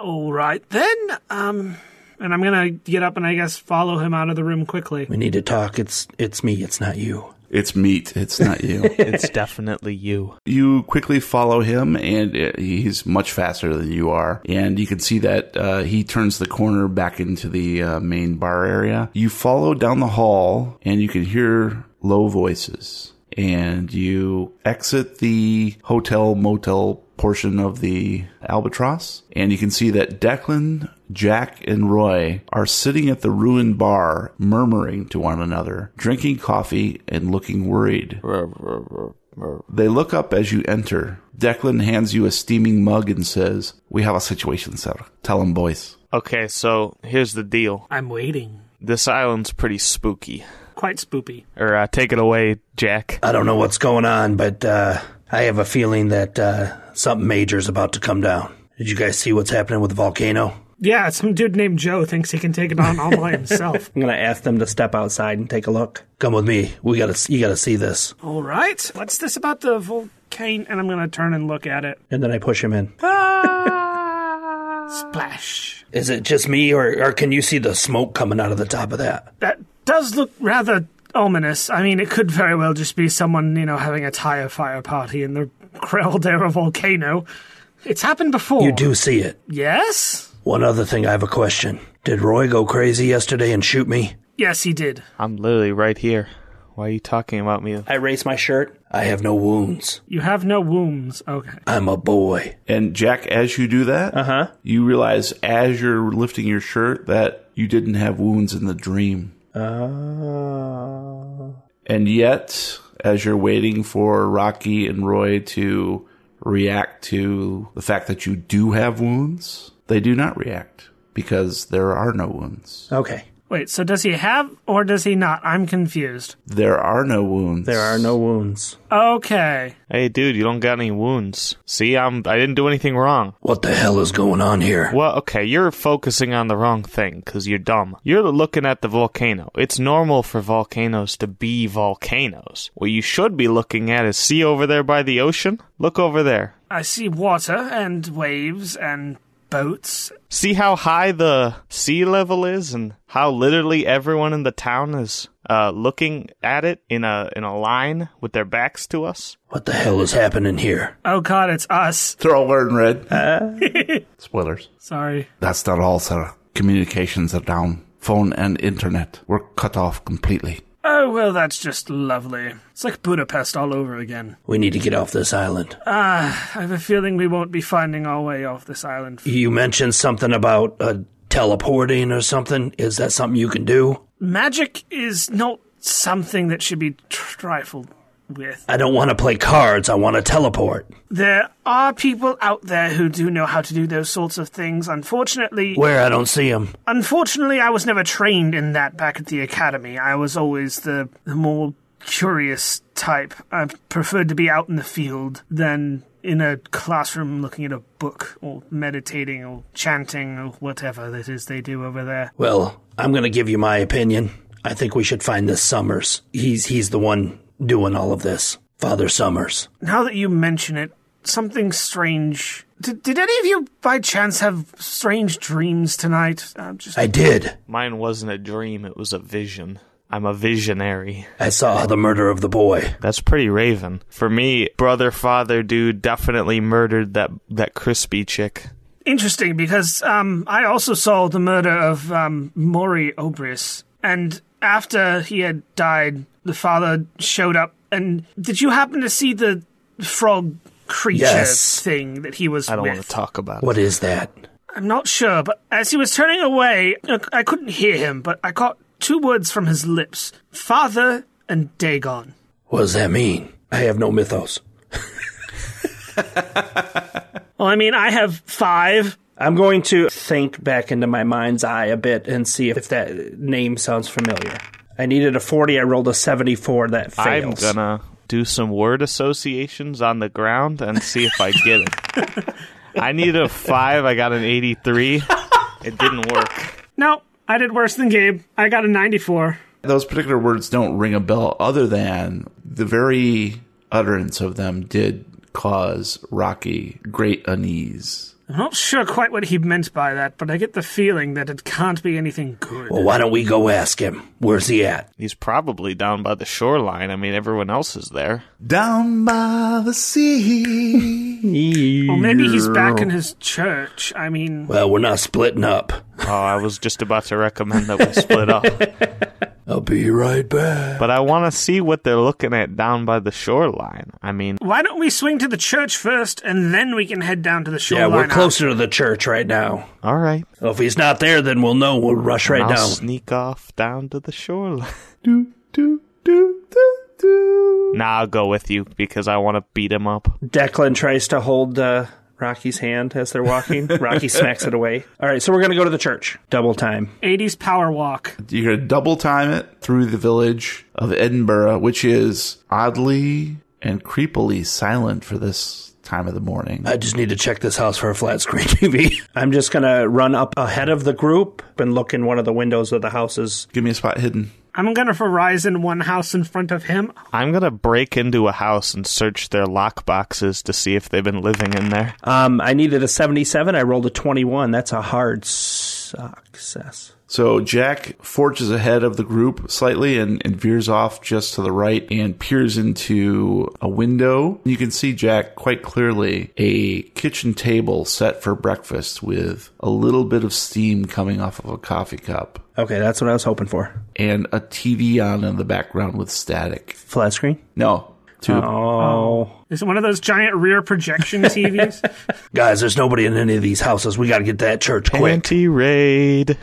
All right then. Um, and I'm gonna get up and I guess follow him out of the room quickly. We need to talk. It's it's me, it's not you. It's meat, it's not you. It's definitely you. you quickly follow him, and uh, he's much faster than you are. And you can see that uh, he turns the corner back into the uh, main bar area. You follow down the hall, and you can hear low voices. And you exit the hotel motel portion of the albatross, and you can see that Declan, Jack, and Roy are sitting at the ruined bar, murmuring to one another, drinking coffee, and looking worried. They look up as you enter. Declan hands you a steaming mug and says, We have a situation, sir. Tell 'em, boys. Okay, so here's the deal. I'm waiting. This island's pretty spooky. Quite spoopy. Or uh, take it away, Jack. I don't know what's going on, but uh, I have a feeling that uh, something major is about to come down. Did you guys see what's happening with the volcano? Yeah, some dude named Joe thinks he can take it on all by himself. I'm going to ask them to step outside and take a look. Come with me. We gotta you gotta see this. All right. What's this about the volcano? And I'm gonna turn and look at it. And then I push him in. Splash. Is it just me, or, or can you see the smoke coming out of the top of that? That does look rather ominous. I mean, it could very well just be someone you know having a tire fire party in the Caldera volcano. It's happened before. You do see it. Yes. One other thing, I have a question. Did Roy go crazy yesterday and shoot me? Yes, he did. I'm literally right here. Why are you talking about me? I raise my shirt. I have no wounds. You have no wounds. Okay. I'm a boy. And Jack, as you do that, uh-huh. you realize as you're lifting your shirt that you didn't have wounds in the dream. Uh, And yet, as you're waiting for Rocky and Roy to react to the fact that you do have wounds, they do not react because there are no wounds. Okay. Wait, so does he have or does he not? I'm confused. There are no wounds. There are no wounds. Okay. Hey, dude, you don't got any wounds. See, I'm I didn't do anything wrong. What the hell is going on here? Well, okay, you're focusing on the wrong thing because you're dumb. You're looking at the volcano. It's normal for volcanoes to be volcanoes. What you should be looking at is see over there by the ocean. Look over there. I see water and waves and boats. See how high the sea level is and how literally everyone in the town is uh, looking at it in a in a line with their backs to us. What the hell is happening here? Oh god, it's us. They're all wearing red. Uh. Spoilers. Sorry. That's not all, sir. Communications are down. Phone and internet were cut off completely. Oh well, that's just lovely. It's like Budapest all over again. We need to get off this island. I have a feeling we won't be finding our way off this island. You mentioned something about uh, teleporting or something. Is that something you can do? Magic is not something that should be trifled with. I don't want to play cards. I want to teleport. There are people out there who do know how to do those sorts of things. Unfortunately, Where? I don't see them. unfortunately, I was never trained in that back at the academy. I was always the, the more curious type. I preferred to be out in the field than in a classroom looking at a book or meditating or chanting or whatever that is they do over there. Well, I'm going to give you my opinion. I think we should find this Summers. He's he's the one doing all of this. Father Summers. Now that you mention it, something strange. Did, did any of you by chance have strange dreams tonight? i just I did. Mine wasn't a dream; it was a vision. I'm a visionary. I saw the murder of the boy. That's pretty raven. For me, brother, father, dude definitely murdered that that crispy chick. interesting because um, I also saw the murder of um, Maury Obris, and after he had died, the father showed up. And did you happen to see the frog creature Yes. thing that he was I don't with? want to talk about it. What is that? I'm not sure, but as he was turning away, look, I couldn't hear him, but I caught two words from his lips: father and Dagon. What does that mean? I have no mythos. Well, I mean, I have five. I'm going to think back into my mind's eye a bit and see if that name sounds familiar. I needed a 40. I rolled a 74. That I'm fails. gonna do some word associations on the ground and see if I get it. I needed a five. I got an eighty-three. It didn't work. No, I did worse than Gabe. I got a 94. Those particular words don't ring a bell, other than the very utterance of them did cause Rocky great unease. I'm not sure quite what he meant by that, but I get the feeling that it can't be anything good. Well, why don't we go ask him? Where's he at? He's probably down by the shoreline. I mean, everyone else is there. Down by the sea. Or maybe he's back in his church. I mean, Well, we're not splitting up. Oh, I was just about to recommend that we split up, I'll be right back. but I want to see what they're looking at down by the shoreline. I mean, why don't we swing to the church first and then we can head down to the Yeah, shoreline? we're closer to the church right now. all right, So if he's not there, then we'll know. We'll rush right I'll down. sneak off down to the shoreline. do, do, do, do, do. Nah, I'll go with you because I want to beat him up. Declan tries to hold uh, Rocky's hand as they're walking. Rocky smacks it away. All right, so we're going to go to the church. Double time. 80s power walk. You're going to double time it through the village of Edinburgh, which is oddly and creepily silent for this time of the morning. I just need to check this house for a flat screen TV. I'm just going to run up ahead of the group and look in one of the windows of the houses. Give me a spot hidden. I'm gonna Verizon one house in front of him. I'm gonna break into a house and search their lock boxes to see if they've been living in there. Um, I needed a 77. I rolled a 21. That's a hard success. So Jack forges ahead of the group slightly and, and veers off just to the right and peers into a window. You can see Jack quite clearly a kitchen table set for breakfast with a little bit of steam coming off of a coffee cup Okay, that's what I was hoping for. and a TV on in the background with static. Flat screen. No, Two. Oh. Is it one of those giant rear projection TVs? Guys, there's nobody in any of these houses. We got to get that church quick. Panty raid.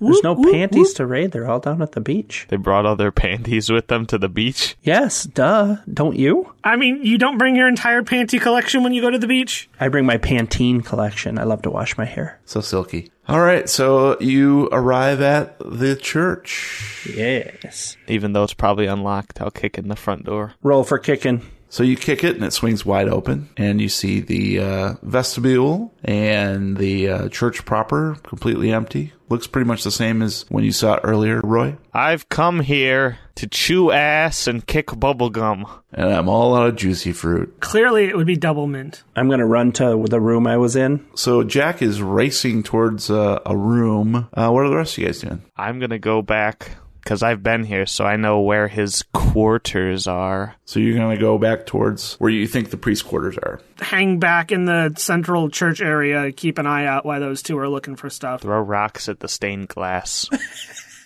There's no panties to raid. They're all down at the beach. They brought all their panties with them to the beach. Yes, duh. Don't you? I mean, you don't bring your entire panty collection when you go to the beach. I bring my Pantene collection. I love to wash my hair. So silky. All right. So you arrive at the church. Yes. Even though it's probably unlocked, I'll kick in the front door. Roll for kicking. So you kick it and it swings wide open, and you see the uh, vestibule and the uh, church proper completely empty. Looks pretty much the same as when you saw it earlier, Roy. I've come here to chew ass and kick bubblegum. And I'm all out of juicy fruit. Clearly, it would be double mint. I'm going to run to the room I was in. So Jack is racing towards uh, a room. Uh, what are the rest of you guys doing? I'm gonna go back because I've been here, so I know where his quarters are. So you're going to go back towards where you think the priest quarters are. Hang back in the central church area. Keep an eye out while those two are looking for stuff. Throw rocks at the stained glass.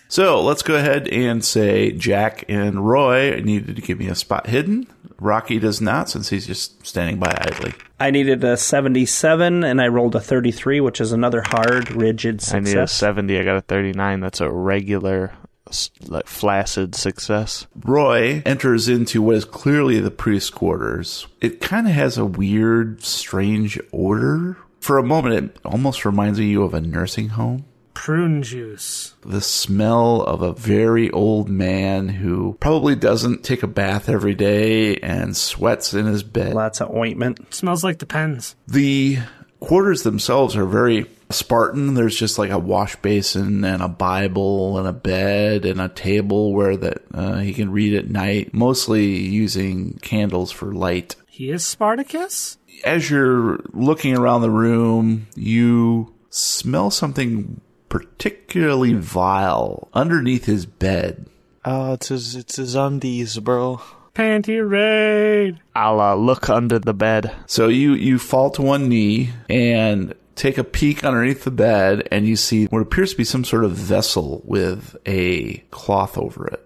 So let's go ahead and say Jack and Roy needed to give me a spot hidden. Rocky does not since he's just standing by idly. I needed a 77 and I rolled a 33, which is another hard, rigid I need a success. 70. I got a 39. That's a regular, s- like flaccid success. Roy enters into what is clearly the priest quarters. It kind of has a weird, strange odor. For a moment, it almost reminds you of a nursing home. Prune juice. The smell of a very old man who probably doesn't take a bath every day and sweats in his bed. Lots of ointment. Smells like the pens. The quarters themselves are very Spartan. There's just like a wash basin and a Bible and a bed and a table where that uh, he can read at night, mostly using candles for light. He is Spartacus? As you're looking around the room, you smell something particularly vile underneath his bed. Oh, it's his, it's his undies, bro. Panty raid. I'll uh, look under the bed. So you you fall to one knee and take a peek underneath the bed and you see what appears to be some sort of vessel with a cloth over it.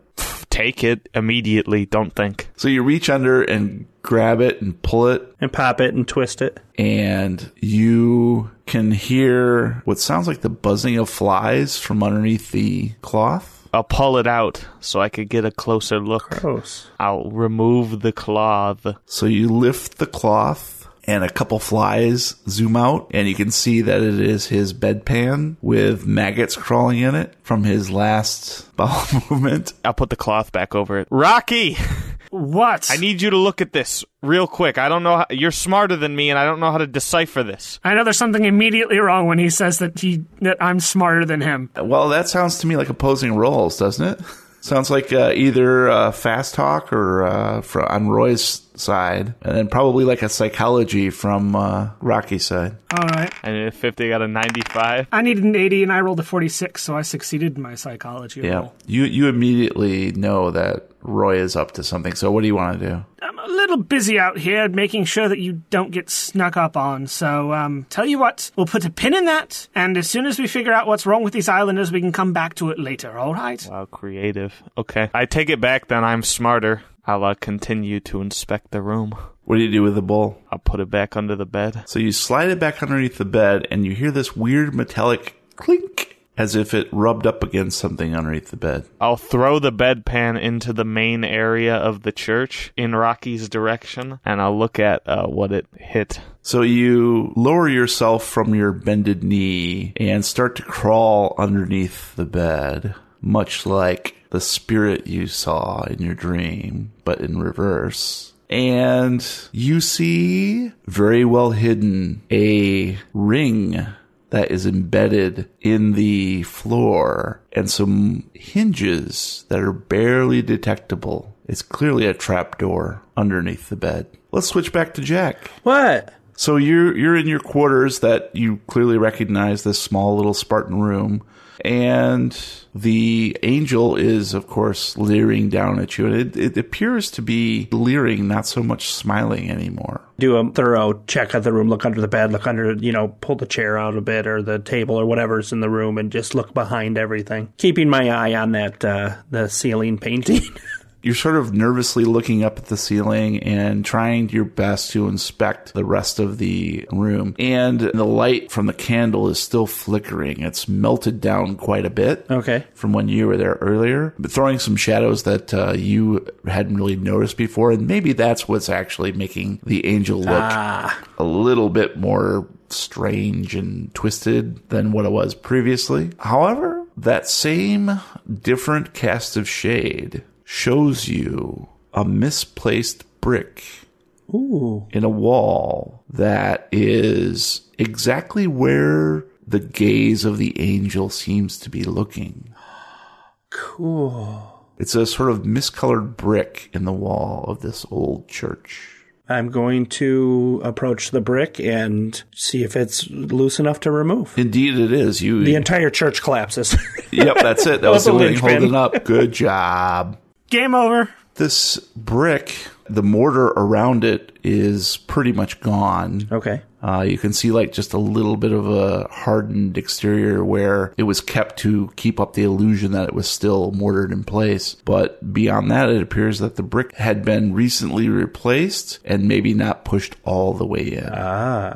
Take it immediately. Don't think. So you reach under and grab it and pull it And pop it and twist it. and you can hear what sounds like the buzzing of flies from underneath the cloth. I'll pull it out so I could get a closer look. Gross. I'll remove the cloth. So you lift the cloth and a couple flies zoom out and you can see that it is his bedpan with maggots crawling in it from his last bowel movement. I'll put the cloth back over it. Rocky, What? I need you to look at this real quick. I don't know. How, you're smarter than me, and I don't know how to decipher this. I know there's something immediately wrong when he says that he that I'm smarter than him. Well, that sounds to me like opposing roles, doesn't it? Sounds like uh, either uh, fast talk or uh, fr on Roy's side, and then probably like a psychology from uh, Rocky's side. All right. I need a 50, got a 95. I needed an 80 and I rolled a 46, so I succeeded in my psychology Yeah, roll. you you immediately know that Roy is up to something. So what do you want to do? I'm a little busy out here making sure that you don't get snuck up on, so um, tell you what, we'll put a pin in that, and as soon as we figure out what's wrong with these islanders, we can come back to it later, all right? Wow, uh, creative. Okay. I take it back then. I'm smarter. I'll uh, continue to inspect the room. What do you do with the bowl? I'll put it back under the bed. So you slide it back underneath the bed, and you hear this weird metallic clink as if it rubbed up against something underneath the bed. I'll throw the bedpan into the main area of the church in Rocky's direction, and I'll look at uh, what it hit. So you lower yourself from your bended knee and start to crawl underneath the bed, much like the spirit you saw in your dream, but in reverse. And you see, very well hidden, a ring that is embedded in the floor and some hinges that are barely detectable. It's clearly a trapdoor underneath the bed. Let's switch back to Jack. What? So you're you're in your quarters that you clearly recognize this small little Spartan room, and the angel is of course leering down at you, and it, it appears to be leering, not so much smiling anymore. Do a thorough check of the room. Look under the bed. Look under, you know, pull the chair out a bit or the table or whatever's in the room and just look behind everything. Keeping my eye on that, uh, the ceiling painting. You're sort of nervously looking up at the ceiling and trying your best to inspect the rest of the room. And the light from the candle is still flickering. It's melted down quite a bit Okay. from when you were there earlier, but throwing some shadows that uh, you hadn't really noticed before. And maybe that's what's actually making the angel look a little bit more strange and twisted than what it was previously. However, that same different cast of shade shows you a misplaced brick in a wall that is exactly where the gaze of the angel seems to be looking. Cool. It's a sort of miscolored brick in the wall of this old church. I'm going to approach the brick and see if it's loose enough to remove. Indeed, it is. You. The entire church collapses. yep, that's it. That was the That's a wing linchpin. holding up. Good job. Game over. This brick, the mortar around it is pretty much gone. okay. Uh, you can see like just a little bit of a hardened exterior where it was kept to keep up the illusion that it was still mortared in place. But beyond that, it appears that the brick had been recently replaced and maybe not pushed all the way in. All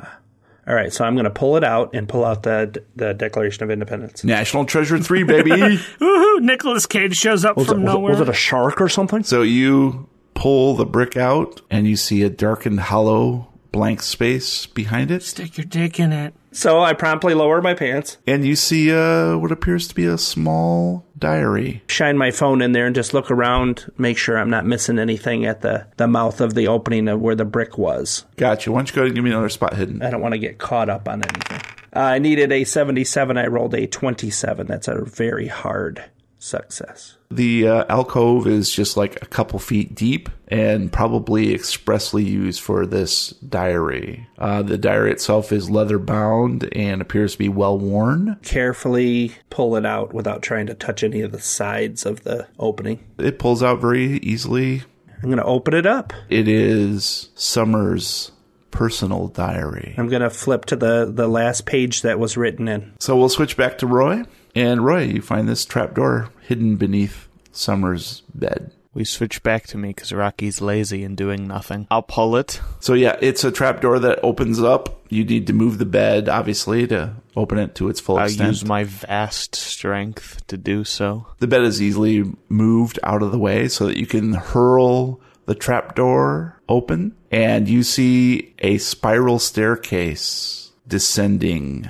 right. So I'm going to pull it out and pull out the the Declaration of Independence. National Treasure 3, baby! Woohoo! Nicolas Cage shows up from was, it, nowhere. was it a shark or something? so you pull the brick out and you see a darkened hollow blank space behind it. Stick your dick in it. So I promptly lower my pants, And you see uh, what appears to be a small diary. shine my phone in there, and just look around, make sure I'm not missing anything at the, the mouth of the opening of where the brick was. Gotcha. Why don't you go ahead and give me another spot hidden? I don't want to get caught up on anything. Uh, I needed a 77. I rolled a 27. That's a very hard success. The uh, alcove is just like a couple feet deep and probably expressly used for this diary. Uh, the diary itself is leather bound and appears to be well worn. Carefully pull it out without trying to touch any of the sides of the opening. It pulls out very easily. I'm going to open it up. It is Summer's personal diary. I'm going to flip to the, the last page that was written in. So we'll switch back to Roy. And Roy, you find this trapdoor hidden beneath Summer's bed. We switch back to me because Rocky's lazy and doing nothing. I'll pull it. So yeah, it's a trapdoor that opens up. You need to move the bed, obviously, to open it to its full I extent. use my vast strength to do so. The bed is easily moved out of the way so that you can hurl the trapdoor open, and you see a spiral staircase descending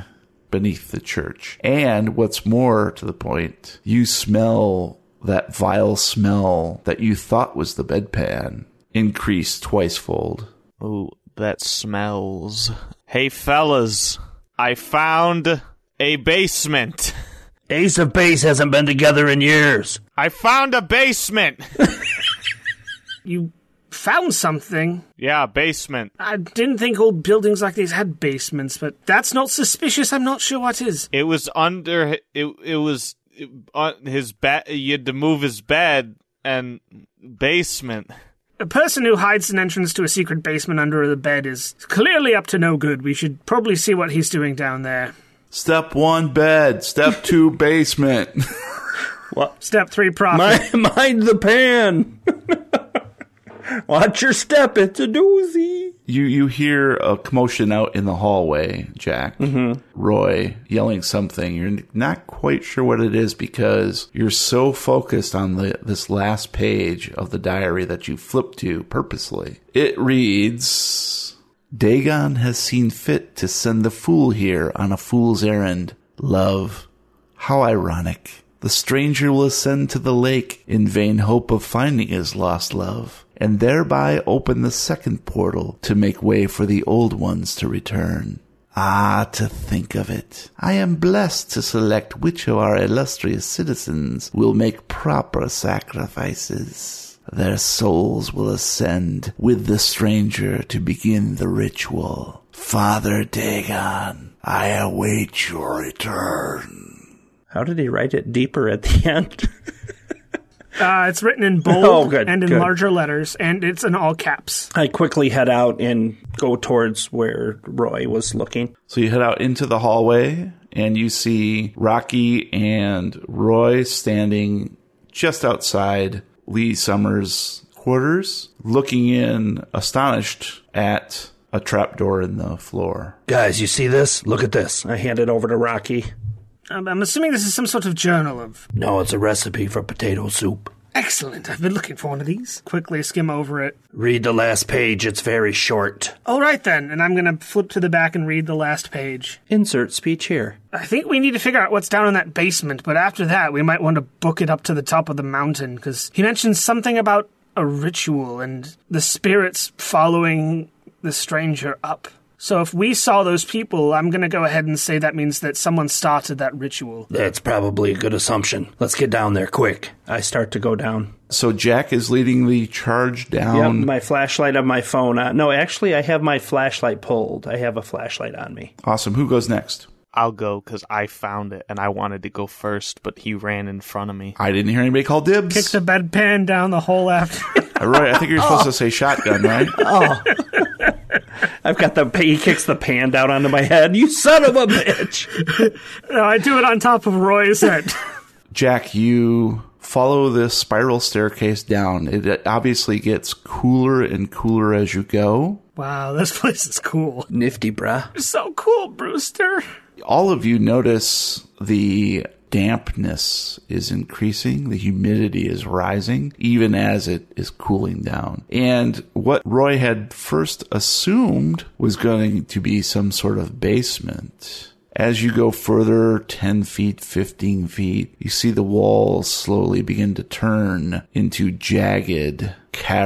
beneath the church. And what's more to the point, you smell that vile smell that you thought was the bedpan increased twicefold. Ooh, that smells. Hey, fellas, I found a basement. Ace of Base hasn't been together in years. I found a basement. You found something. yeah, basement. I didn't think old buildings like these had basements, but that's not suspicious. I'm not sure what is. It was under. hi- It it was it, on his bed. You had to move his bed and basement. A person who hides an entrance to a secret basement under the bed is clearly up to no good. We should probably see what he's doing down there. Step one bed, step two basement. Step three, profit. Mind, mind the pan. Watch your step. It's a doozy. You you hear a commotion out in the hallway, Jack. Roy yelling something. You're not quite sure what it is because you're so focused on the this last page of the diary that you flip to purposely. It reads Dagon has seen fit to send the fool here on a fool's errand. Love. How ironic. The stranger will ascend to the lake in vain hope of finding his lost love, and thereby open the second portal to make way for the old ones to return. Ah, to think of it. I am blessed to select which of our illustrious citizens will make proper sacrifices. Their souls will ascend with the stranger to begin the ritual. Father Dagon, I await your return. How did he write it deeper at the end? Uh, it's written in bold Oh, good, and in good. larger letters, and it's in all caps. I quickly head out and go towards where Roy was looking. So you head out into the hallway and you see Rocky and Roy standing just outside Lee Summers' quarters, looking in astonished at a trapdoor in the floor. Guys, you see this? Look at this. I hand it over to Rocky. Um, I'm, I'm assuming this is some sort of journal of. No, it's a recipe for potato soup. Excellent. I've been looking for one of these. Quickly skim over it. Read the last page, it's very short. All right then, and I'm going to flip to the back and read the last page. Insert speech here. I think we need to figure out what's down in that basement, but after that, we might want to book it up to the top of the mountain because he mentions something about a ritual and the spirits following the stranger up. So if we saw those people, I'm going to go ahead and say that means that someone started that ritual. That's probably a good assumption. Let's get down there quick. I start to go down. So Jack is leading the charge Yeah, down. my flashlight on my phone. Uh, no, actually, I have my flashlight pulled. I have a flashlight on me. awesome. Who goes next? I'll go because I found it and I wanted to go first, but he ran in front of me. I didn't hear anybody call Kick dibs. the bedpan down the hole after. All right, I think you're supposed to say shotgun, right? I've got the he kicks the pan down onto my head. You son of a bitch! no, I do it on top of Roy's head. Jack, you follow this spiral staircase down. It obviously gets cooler and cooler as you go. wow, this place is cool. Nifty, bruh. So cool, Brewster. All of you notice the dampness is increasing, the humidity is rising, even as it is cooling down. And what Roy had first assumed was going to be some sort of basement. As you go further, 10 feet, 15 feet, you see the walls slowly begin to turn into jagged,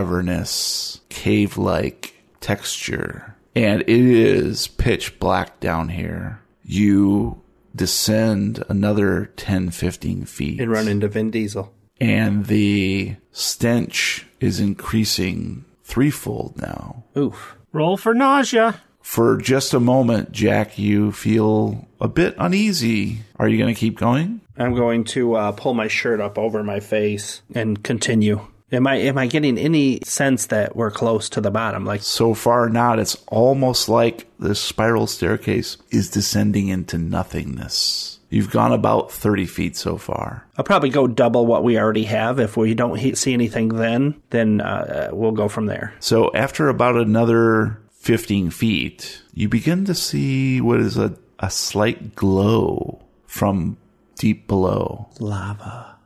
cavernous, cave like texture. And it is pitch black down here. You descend another 10, 15 feet. And run into Vin Diesel. And the stench is increasing threefold now. Oof. Roll for nausea. For just a moment, Jack, you feel a bit uneasy. Are you going to keep going? I'm going to uh, pull my shirt up over my face and continue. Am I am I getting any sense that we're close to the bottom? Like So far, not. It's almost like this spiral staircase is descending into nothingness. You've gone about 30 feet so far. I'll probably go double what we already have. If we don't he- see anything, then then uh, uh, we'll go from there. So after about another 15 feet, you begin to see what is a, a slight glow from deep below.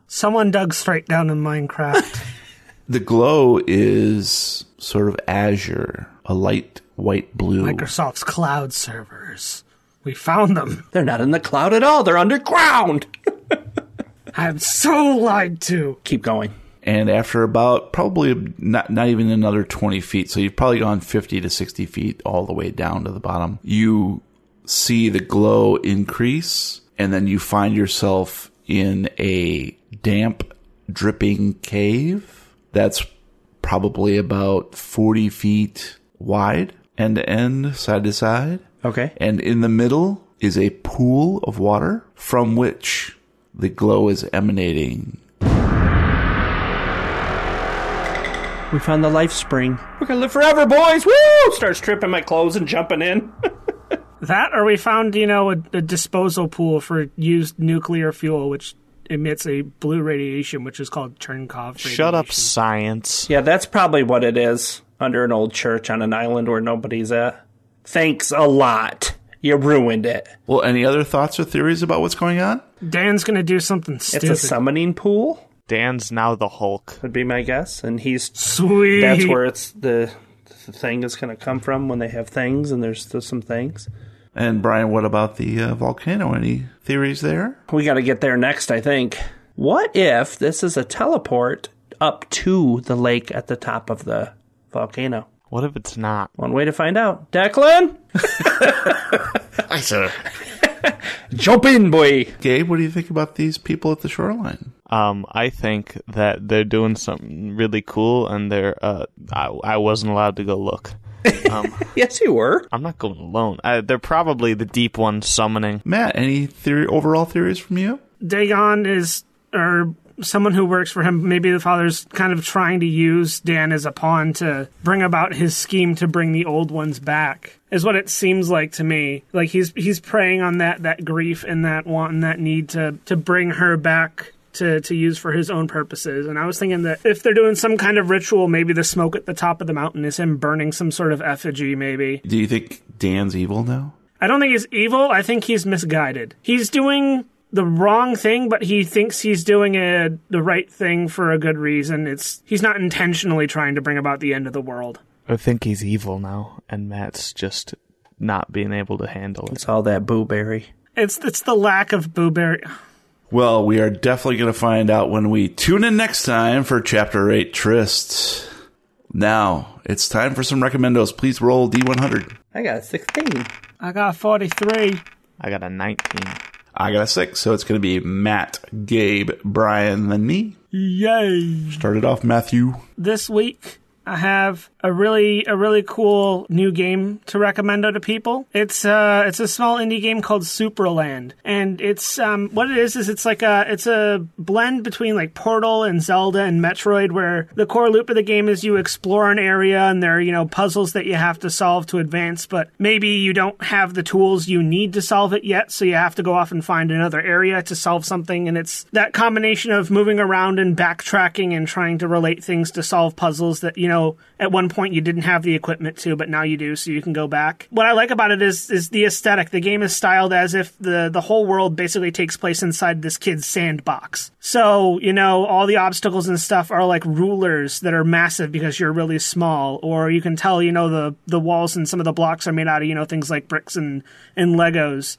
Someone dug straight down in Minecraft. The glow is sort of azure, a light white blue. Microsoft's cloud servers. We found them. They're not in the cloud at all. They're underground. I'm so lied to. Keep going. and after about probably not, not even another 20 feet, so you've probably gone 50 to 60 feet all the way down to the bottom, you see the glow increase, and then you find yourself in a damp, dripping cave that's probably about 40 feet wide, end to end, side to side. Okay. And in the middle is a pool of water from which the glow is emanating. We found the life spring. We're gonna live forever, boys. Woo! Start stripping my clothes and jumping in. That, or we found, you know, a, a disposal pool for used nuclear fuel, which emits a blue radiation, which is called Chernkov. Radiation. Shut up, science. yeah, that's probably what it is. Under an old church on an island where nobody's at. Thanks a lot. You ruined it. Well, any other thoughts or theories about what's going on? Dan's gonna do something It's stupid. a summoning pool, Dan's now the Hulk. would be my guess, and he's Sweet. that's where it's the, the thing is going to come from when they have things and there's still some things And Brian, what about the uh, volcano? Any theories there? we got to get there next i think what if this is a teleport up to the lake at the top of the volcano What if it's not? one way to find out declan I sir. jump in boy Gabe, what do you think about these people at the shoreline? Um, I think that they're doing something really cool, and they're uh, I, I wasn't allowed to go look. yes you were I'm not going alone. I, they're probably the deep ones summoning. Matt, any theory, overall theories from you? Dagon is, or someone who works for him, maybe the father's kind of trying to use Dan as a pawn to bring about his scheme to bring the old ones back. Is what it seems like to me. Like he's he's preying on that that grief and that want and that need to to bring her back to, to use for his own purposes. And I was thinking that if they're doing some kind of ritual, maybe the smoke at the top of the mountain is him burning some sort of effigy, maybe. Do you think Dan's evil now? I don't think he's evil. I think he's misguided. He's doing the wrong thing, but he thinks he's doing a, the right thing for a good reason. It's he's not intentionally trying to bring about the end of the world. I think he's evil now, and Matt's just not being able to handle it. It's all that booberry. It's it's the lack of blueberry. Well, we are definitely going to find out when we tune in next time for Chapter 8 Trysts. Now, it's time for some recommendos. Please roll D100. I got a 16. I got forty three. I got a 19. I got a six, so it's going to be Matt, Gabe, Brian, then me. Yay! Started off Matthew. this week I have a really a really cool new game to recommend to people. It's uh it's a small indie game called Superland, and it's um what it is is it's like a it's a blend between like Portal and Zelda and Metroid, where the core loop of the game is you explore an area and there are you know puzzles that you have to solve to advance, but maybe you don't have the tools you need to solve it yet, so you have to go off and find another area to solve something, and it's that combination of moving around and backtracking and trying to relate things to solve puzzles that you know at one point you didn't have the equipment to but now you do so you can go back what i like about it is is the aesthetic the game is styled as if the the whole world basically takes place inside this kid's sandbox so you know all the obstacles and stuff are like rulers that are massive because you're really small or you can tell you know the the walls and some of the blocks are made out of you know things like bricks and and legos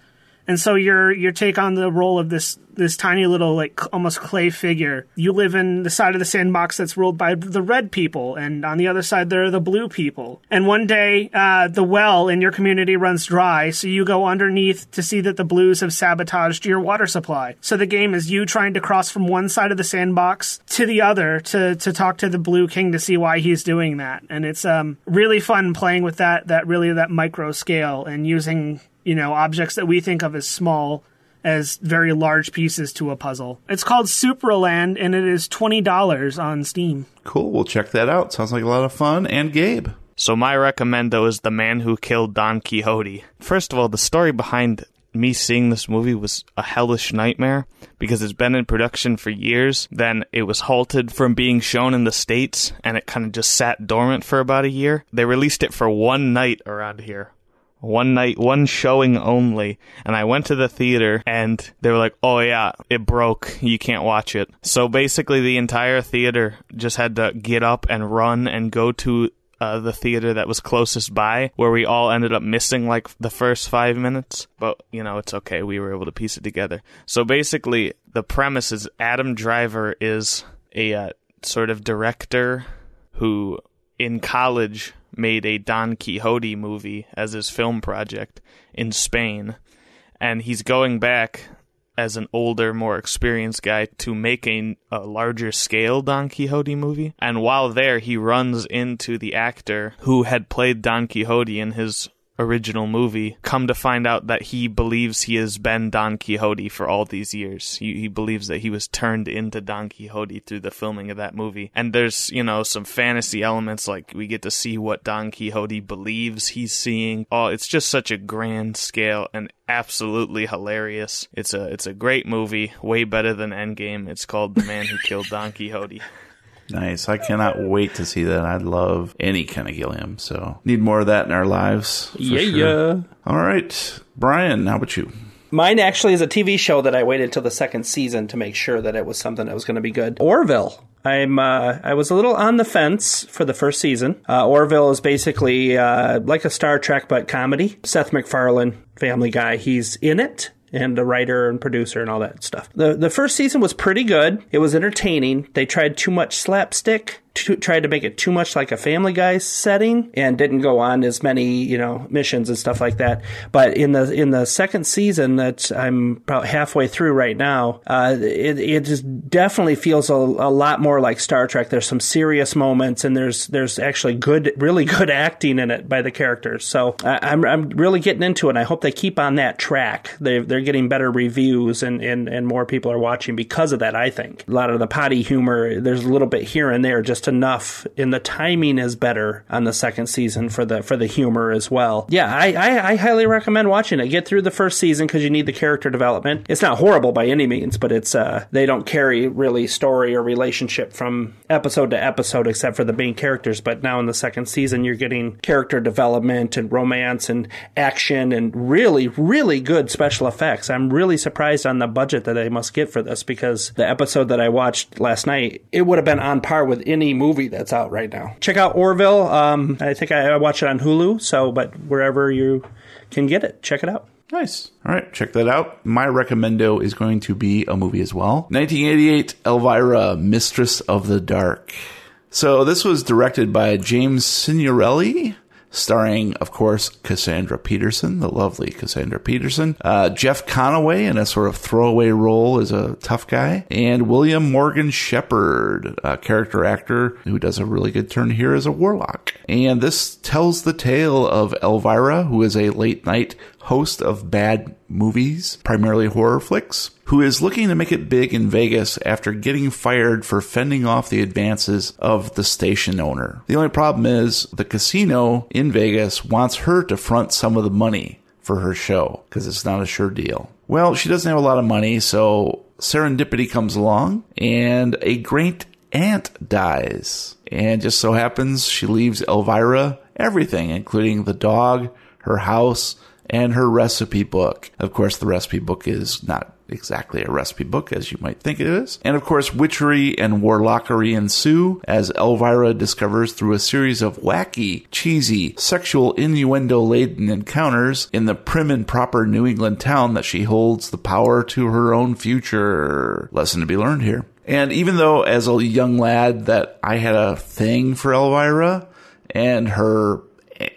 and so your your take on the role of this this tiny little like cl- almost clay figure. You live in the side of the sandbox that's ruled by the red people, and on the other side there are the blue people. And one day, uh, the well in your community runs dry, so you go underneath to see that the blues have sabotaged your water supply. So the game is you trying to cross from one side of the sandbox to the other to to talk to the blue king to see why he's doing that. And it's um really fun playing with that that really that micro scale and using you know, objects that we think of as small as very large pieces to a puzzle. It's called Supraland and it is $20 on Steam. Cool. We'll check that out. Sounds like a lot of fun. And Gabe. So my recommendo is The Man Who Killed Don Quixote. First of all, the story behind me seeing this movie was a hellish nightmare because it's been in production for years. Then it was halted from being shown in the States and it kind of just sat dormant for about a year. They released it for one night around here one night, one showing only. And I went to the theater and they were like, oh yeah, it broke. You can't watch it. So basically, the entire theater just had to get up and run and go to. Uh, the theater that was closest by, where we all ended up missing like the first five minutes. But, you know, it's okay. We were able to piece it together. So basically, the premise is Adam Driver is a uh, sort of director who in college made a Don Quixote movie as his film project in Spain. And he's going back as an older, more experienced guy to make a, a larger scale Don Quixote movie. And while there, he runs into the actor who had played Don Quixote in his original movie come to find out that he believes he has been Don Quixote for all these years. He, he believes that he was turned into Don Quixote through the filming of that movie. And there's, you know, some fantasy elements like we get to see what Don Quixote believes he's seeing. Oh, it's just such a grand scale and absolutely hilarious. It's a it's a great movie, way better than Endgame. It's called The Man Who Killed Don Quixote. Nice. I cannot wait to see that. I love any kind of Gilliam. So need more of that in our lives. for Yeah, sure. yeah. All right. Brian, how about you? Mine actually is a TV show that I waited till the second season to make sure that it was something that was going to be good. Orville. I'm uh, I was a little on the fence for the first season. Uh, Orville is basically uh, like a Star Trek but comedy. Seth MacFarlane, Family Guy, he's in it and a writer and producer and all that stuff. The the first season was pretty good. It was entertaining. They tried too much slapstick, too, tried to make it too much like a Family Guy setting, and didn't go on as many you know missions and stuff like that. But in the in the second season that I'm about halfway through right now, uh, it it just definitely feels a, a lot more like Star Trek. There's some serious moments, and there's there's actually good, really good acting in it by the characters. So I, I'm I'm really getting into it. and I hope they keep on that track. They they're getting better reviews, and and and more people are watching because of that. I think a lot of the potty humor. There's a little bit here and there just just enough, and the timing is better on the second season for the for the humor as well. Yeah, I I, I highly recommend watching it. Get through the first season because you need the character development. It's not horrible by any means, but it's uh they don't carry really story or relationship from episode to episode except for the main characters. But now in the second season, you're getting character development and romance and action and really really good special effects. I'm really surprised on the budget that they must get for this because the episode that I watched last night it would have been on par with any movie that's out right now. Check out Orville. Um, I think I, I watch it on Hulu. So, but wherever you can get it, check it out. Nice. All right, check that out. My recommendo is going to be a movie as well 1988 Elvira, Mistress of the Dark. So, this was directed by James Signorelli, starring, of course, Cassandra Peterson, the lovely Cassandra Peterson, uh, Jeff Conaway in a sort of throwaway role as a tough guy, and William Morgan Shepard, a character actor who does a really good turn here as a warlock. And this tells the tale of Elvira, who is a late night host of bad movies, primarily horror flicks, who is looking to make it big in Vegas after getting fired for fending off the advances of the station owner. The only problem is the casino in Vegas wants her to front some of the money for her show because it's not a sure deal. Well, she doesn't have a lot of money, so serendipity comes along and a great aunt dies. And just so happens she leaves Elvira everything, including the dog, her house, and her recipe book. Of course, the recipe book is not exactly a recipe book as you might think it is. And of course, witchery and warlockery ensue as Elvira discovers through a series of wacky, cheesy, sexual innuendo laden encounters in the prim and proper New England town that she holds the power to her own future. Lesson to be learned here. And even though as a young lad that I had a thing for Elvira and her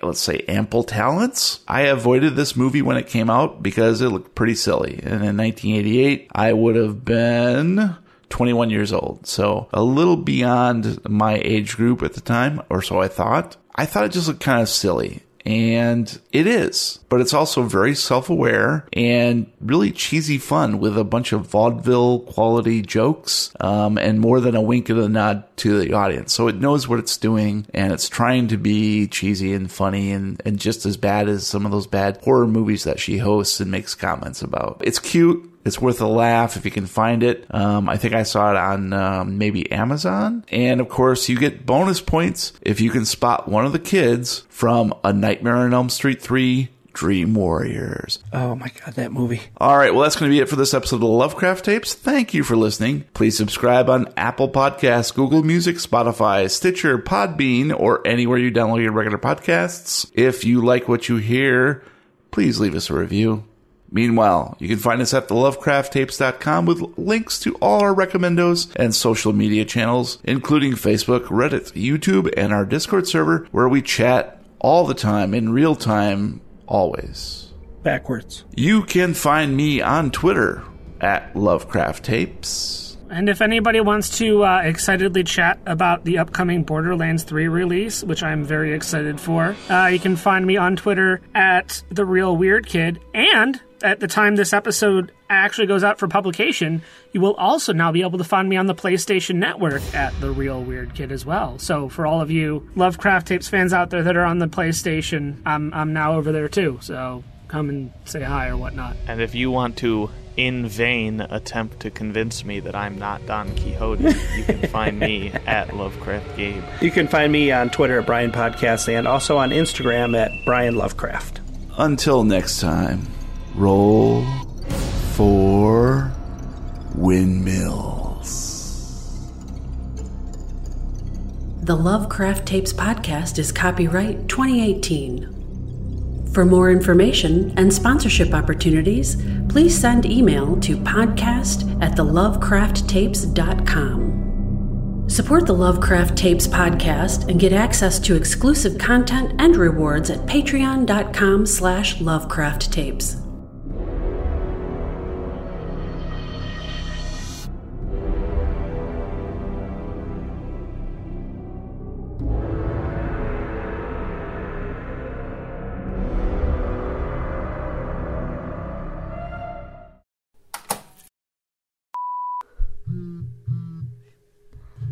let's say ample talents. I avoided this movie when it came out because it looked pretty silly. And in 1988, I would have been 21 years old. So a little beyond my age group at the time, or so I thought. I thought it just looked kind of silly. And it is, but it's also very self aware and really cheesy fun with a bunch of vaudeville quality jokes um, and more than a wink and a nod to the audience. So it knows what it's doing and it's trying to be cheesy and funny and, and just as bad as some of those bad horror movies that she hosts and makes comments about. It's cute. It's worth a laugh if you can find it. Um, I think I saw it on um, maybe Amazon. And of course, you get bonus points if you can spot one of the kids from A Nightmare on Elm Street 3 Dream Warriors. Oh my god, that movie! All right, well, that's going to be it for this episode of the Lovecraft Tapes. Thank you for listening. Please subscribe on Apple Podcasts, Google Music, Spotify, Stitcher, Podbean, or anywhere you download your regular podcasts. If you like what you hear, please leave us a review. Meanwhile, you can find us at thelovecrafttapes.com with links to all our recommendos and social media channels, including Facebook, Reddit, YouTube, and our Discord server, where we chat all the time in real time, always. Backwards. You can find me on Twitter at Lovecraft Tapes. And if anybody wants to uh, excitedly chat about the upcoming Borderlands 3 release, which I'm very excited for, uh, you can find me on Twitter at The Real Weird Kid. And at the time this episode actually goes out for publication, you will also now be able to find me on the PlayStation Network at The Real Weird Kid as well. So for all of you Lovecraft Tapes fans out there that are on the PlayStation, I'm, I'm now over there too. So come and say hi or whatnot. And if you want to, in vain, attempt to convince me that I'm not Don Quixote, you can find me at Lovecraft Gabe. You can find me on Twitter at Brian Podcast and also on Instagram at Brian Lovecraft. Until next time, roll for windmills. The Lovecraft Tapes podcast is copyright 2018. For more information and sponsorship opportunities, please send email to podcast at thelovecrafttapes.com. Support the Lovecraft Tapes podcast and get access to exclusive content and rewards at patreon.com slash lovecraft tapes.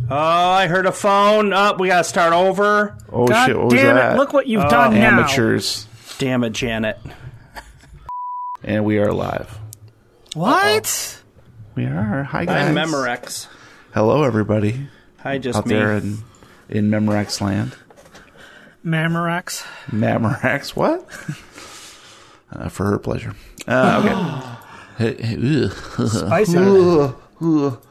Oh, I heard a phone. Up, we gotta start over. Oh God shit! What was damn that? it! Look what you've done now. amateurs, Damn it, Janet. and we are live. What? We are. Hi guys. I'm Memorex. Hello everybody Hi, just out me. there in in Memorex land. Mamorax. Memorex, what? uh, for her pleasure. Uh, okay. Hey, hey, ugh. Ugh, ugh.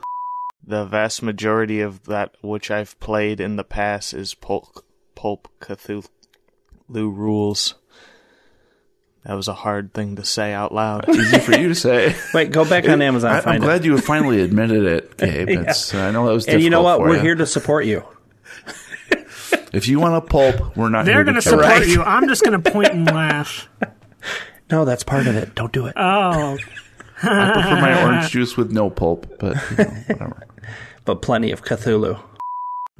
The vast majority of that which I've played in the past is Pulp, Pulp Cthulhu rules. That was a hard thing to say out loud. Easy for you to say. Wait, go back on Amazon. I, and find am glad you finally admitted it, Gabe. It's, I know that was. it. And you know difficult what? for We're ya. here to support you. If you want a pulp, we're not. They're here going to kill you. support you. I'm just going to point and laugh. No, that's part of it. Don't do it. Oh, I prefer my orange juice with no pulp, but you know, whatever. but plenty of Cthulhu.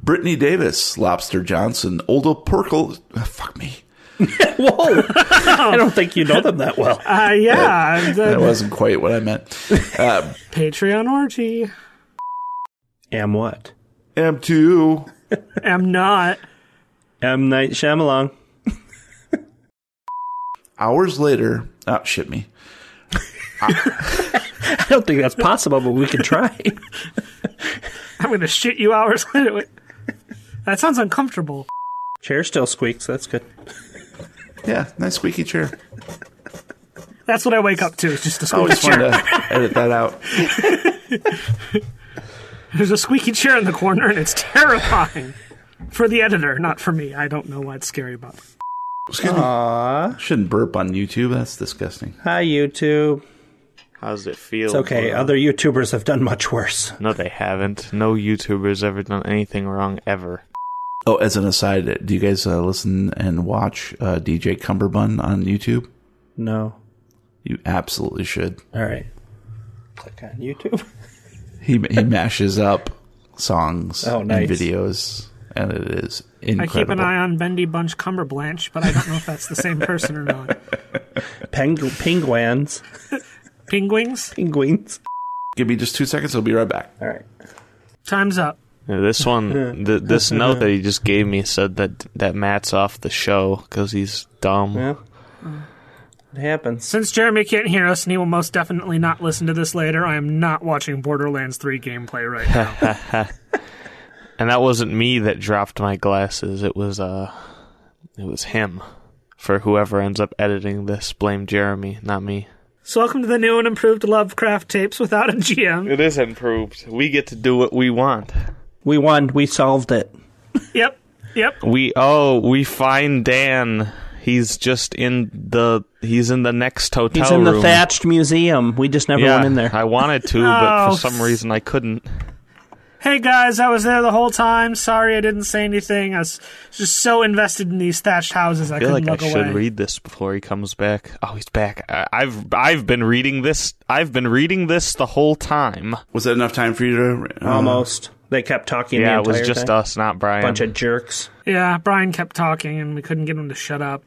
Brittany Davis, Lobster Johnson, Olda Perkle. ah, fuck me. Whoa! I don't think you know them that well. uh, yeah. That The wasn't quite what I meant. Uh, Patreon orgy. Am what? M2. Am not. M Night Shyamalan. Hours later. Oh, shit me. I don't think that's possible, but we can try. I'm going to shit you hours later. Wait. That sounds uncomfortable. Chair still squeaks. That's good. Yeah, nice squeaky chair. That's what I wake up to. It's just a I squeaky always wanted chair. to edit that out. There's a squeaky chair in the corner, and it's terrifying. For the editor, not for me. I don't know what's scary about. it. Excuse me. Shouldn't burp on YouTube. That's disgusting. Hi, YouTube. How's it feel? It's okay. bro? Other YouTubers have done much worse. No, they haven't. No YouTuber's ever done anything wrong ever. Oh, as an aside, do you guys uh, listen and watch uh, DJ Cumberbund on YouTube? No. You absolutely should. All right. Click on YouTube. He he mashes up songs Oh, and nice. videos, and it is I incredible. keep an eye on Bendy Bunch Cumberblanch, but I don't know if that's the same person or not. Pengu- penguins. Penguins, Penguins. Give me just two seconds. I'll be right back. All right. time's up. Yeah, This one, th- this note that he just gave me said that that Matt's off the show because he's dumb. Yeah. It happens. Since Jeremy can't hear us and he will most definitely not listen to this later, I am not watching Borderlands 3 gameplay right now. And that wasn't me that dropped my glasses. It was uh, it was him. For whoever ends up editing this, blame Jeremy, not me. so, welcome to the new and improved Lovecraft tapes without a GM. It is improved. We get to do what we want. We won. We solved it. Yep, yep. We oh, we find Dan. He's just in the he's in the next hotel He's in the room. thatched museum. We just never yeah, went in there. I wanted to, but Oh. for some reason I couldn't. Hey guys, I was there the whole time. Sorry I didn't say anything. I was just so invested in these thatched houses I, I feel couldn't like I look should away. read this before he comes back. Oh, he's back. I, I've I've been reading this. I've been reading this the whole time. Was that enough time for you to? uh, Almost. They kept talking. yeah, the it was entire just thing. us, not Brian. bunch of jerks. yeah, Brian kept talking and we couldn't get him to shut up.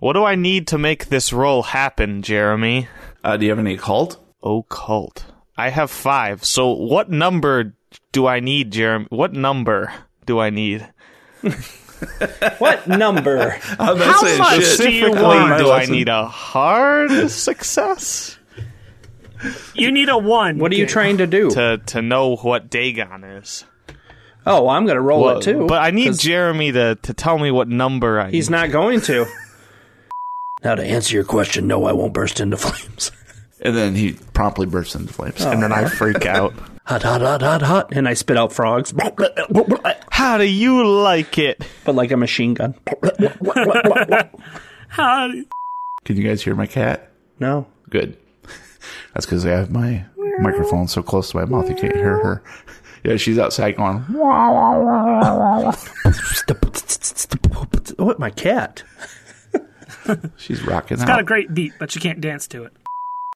what do I need to make this roll happen, Jeremy? uh, do you have any cult? Occult. I have five. So what number do I need, Jeremy? What number do I need? What number? I'm not How saying much shit. do you Specifically, want? do I Listen. need a hard success You need a one. What are you Gabe. trying to do? to to know what Dagon is? oh, I'm going to roll Well, it too. But I need 'cause Jeremy to, to tell me what number I He's need. not going to. now, to answer your question, no, I won't burst into flames. And then he promptly bursts into flames. and then I freak out. Hot, hot, hot, hot, hot. And I spit out frogs. But How do you like it? like a machine gun. How- Can you guys hear my cat? No. Good. That's because I have my microphone so close to my mouth you can't hear her. Yeah, she's outside going. What, my cat? She's rocking got out. a great beat, but you can't dance to it.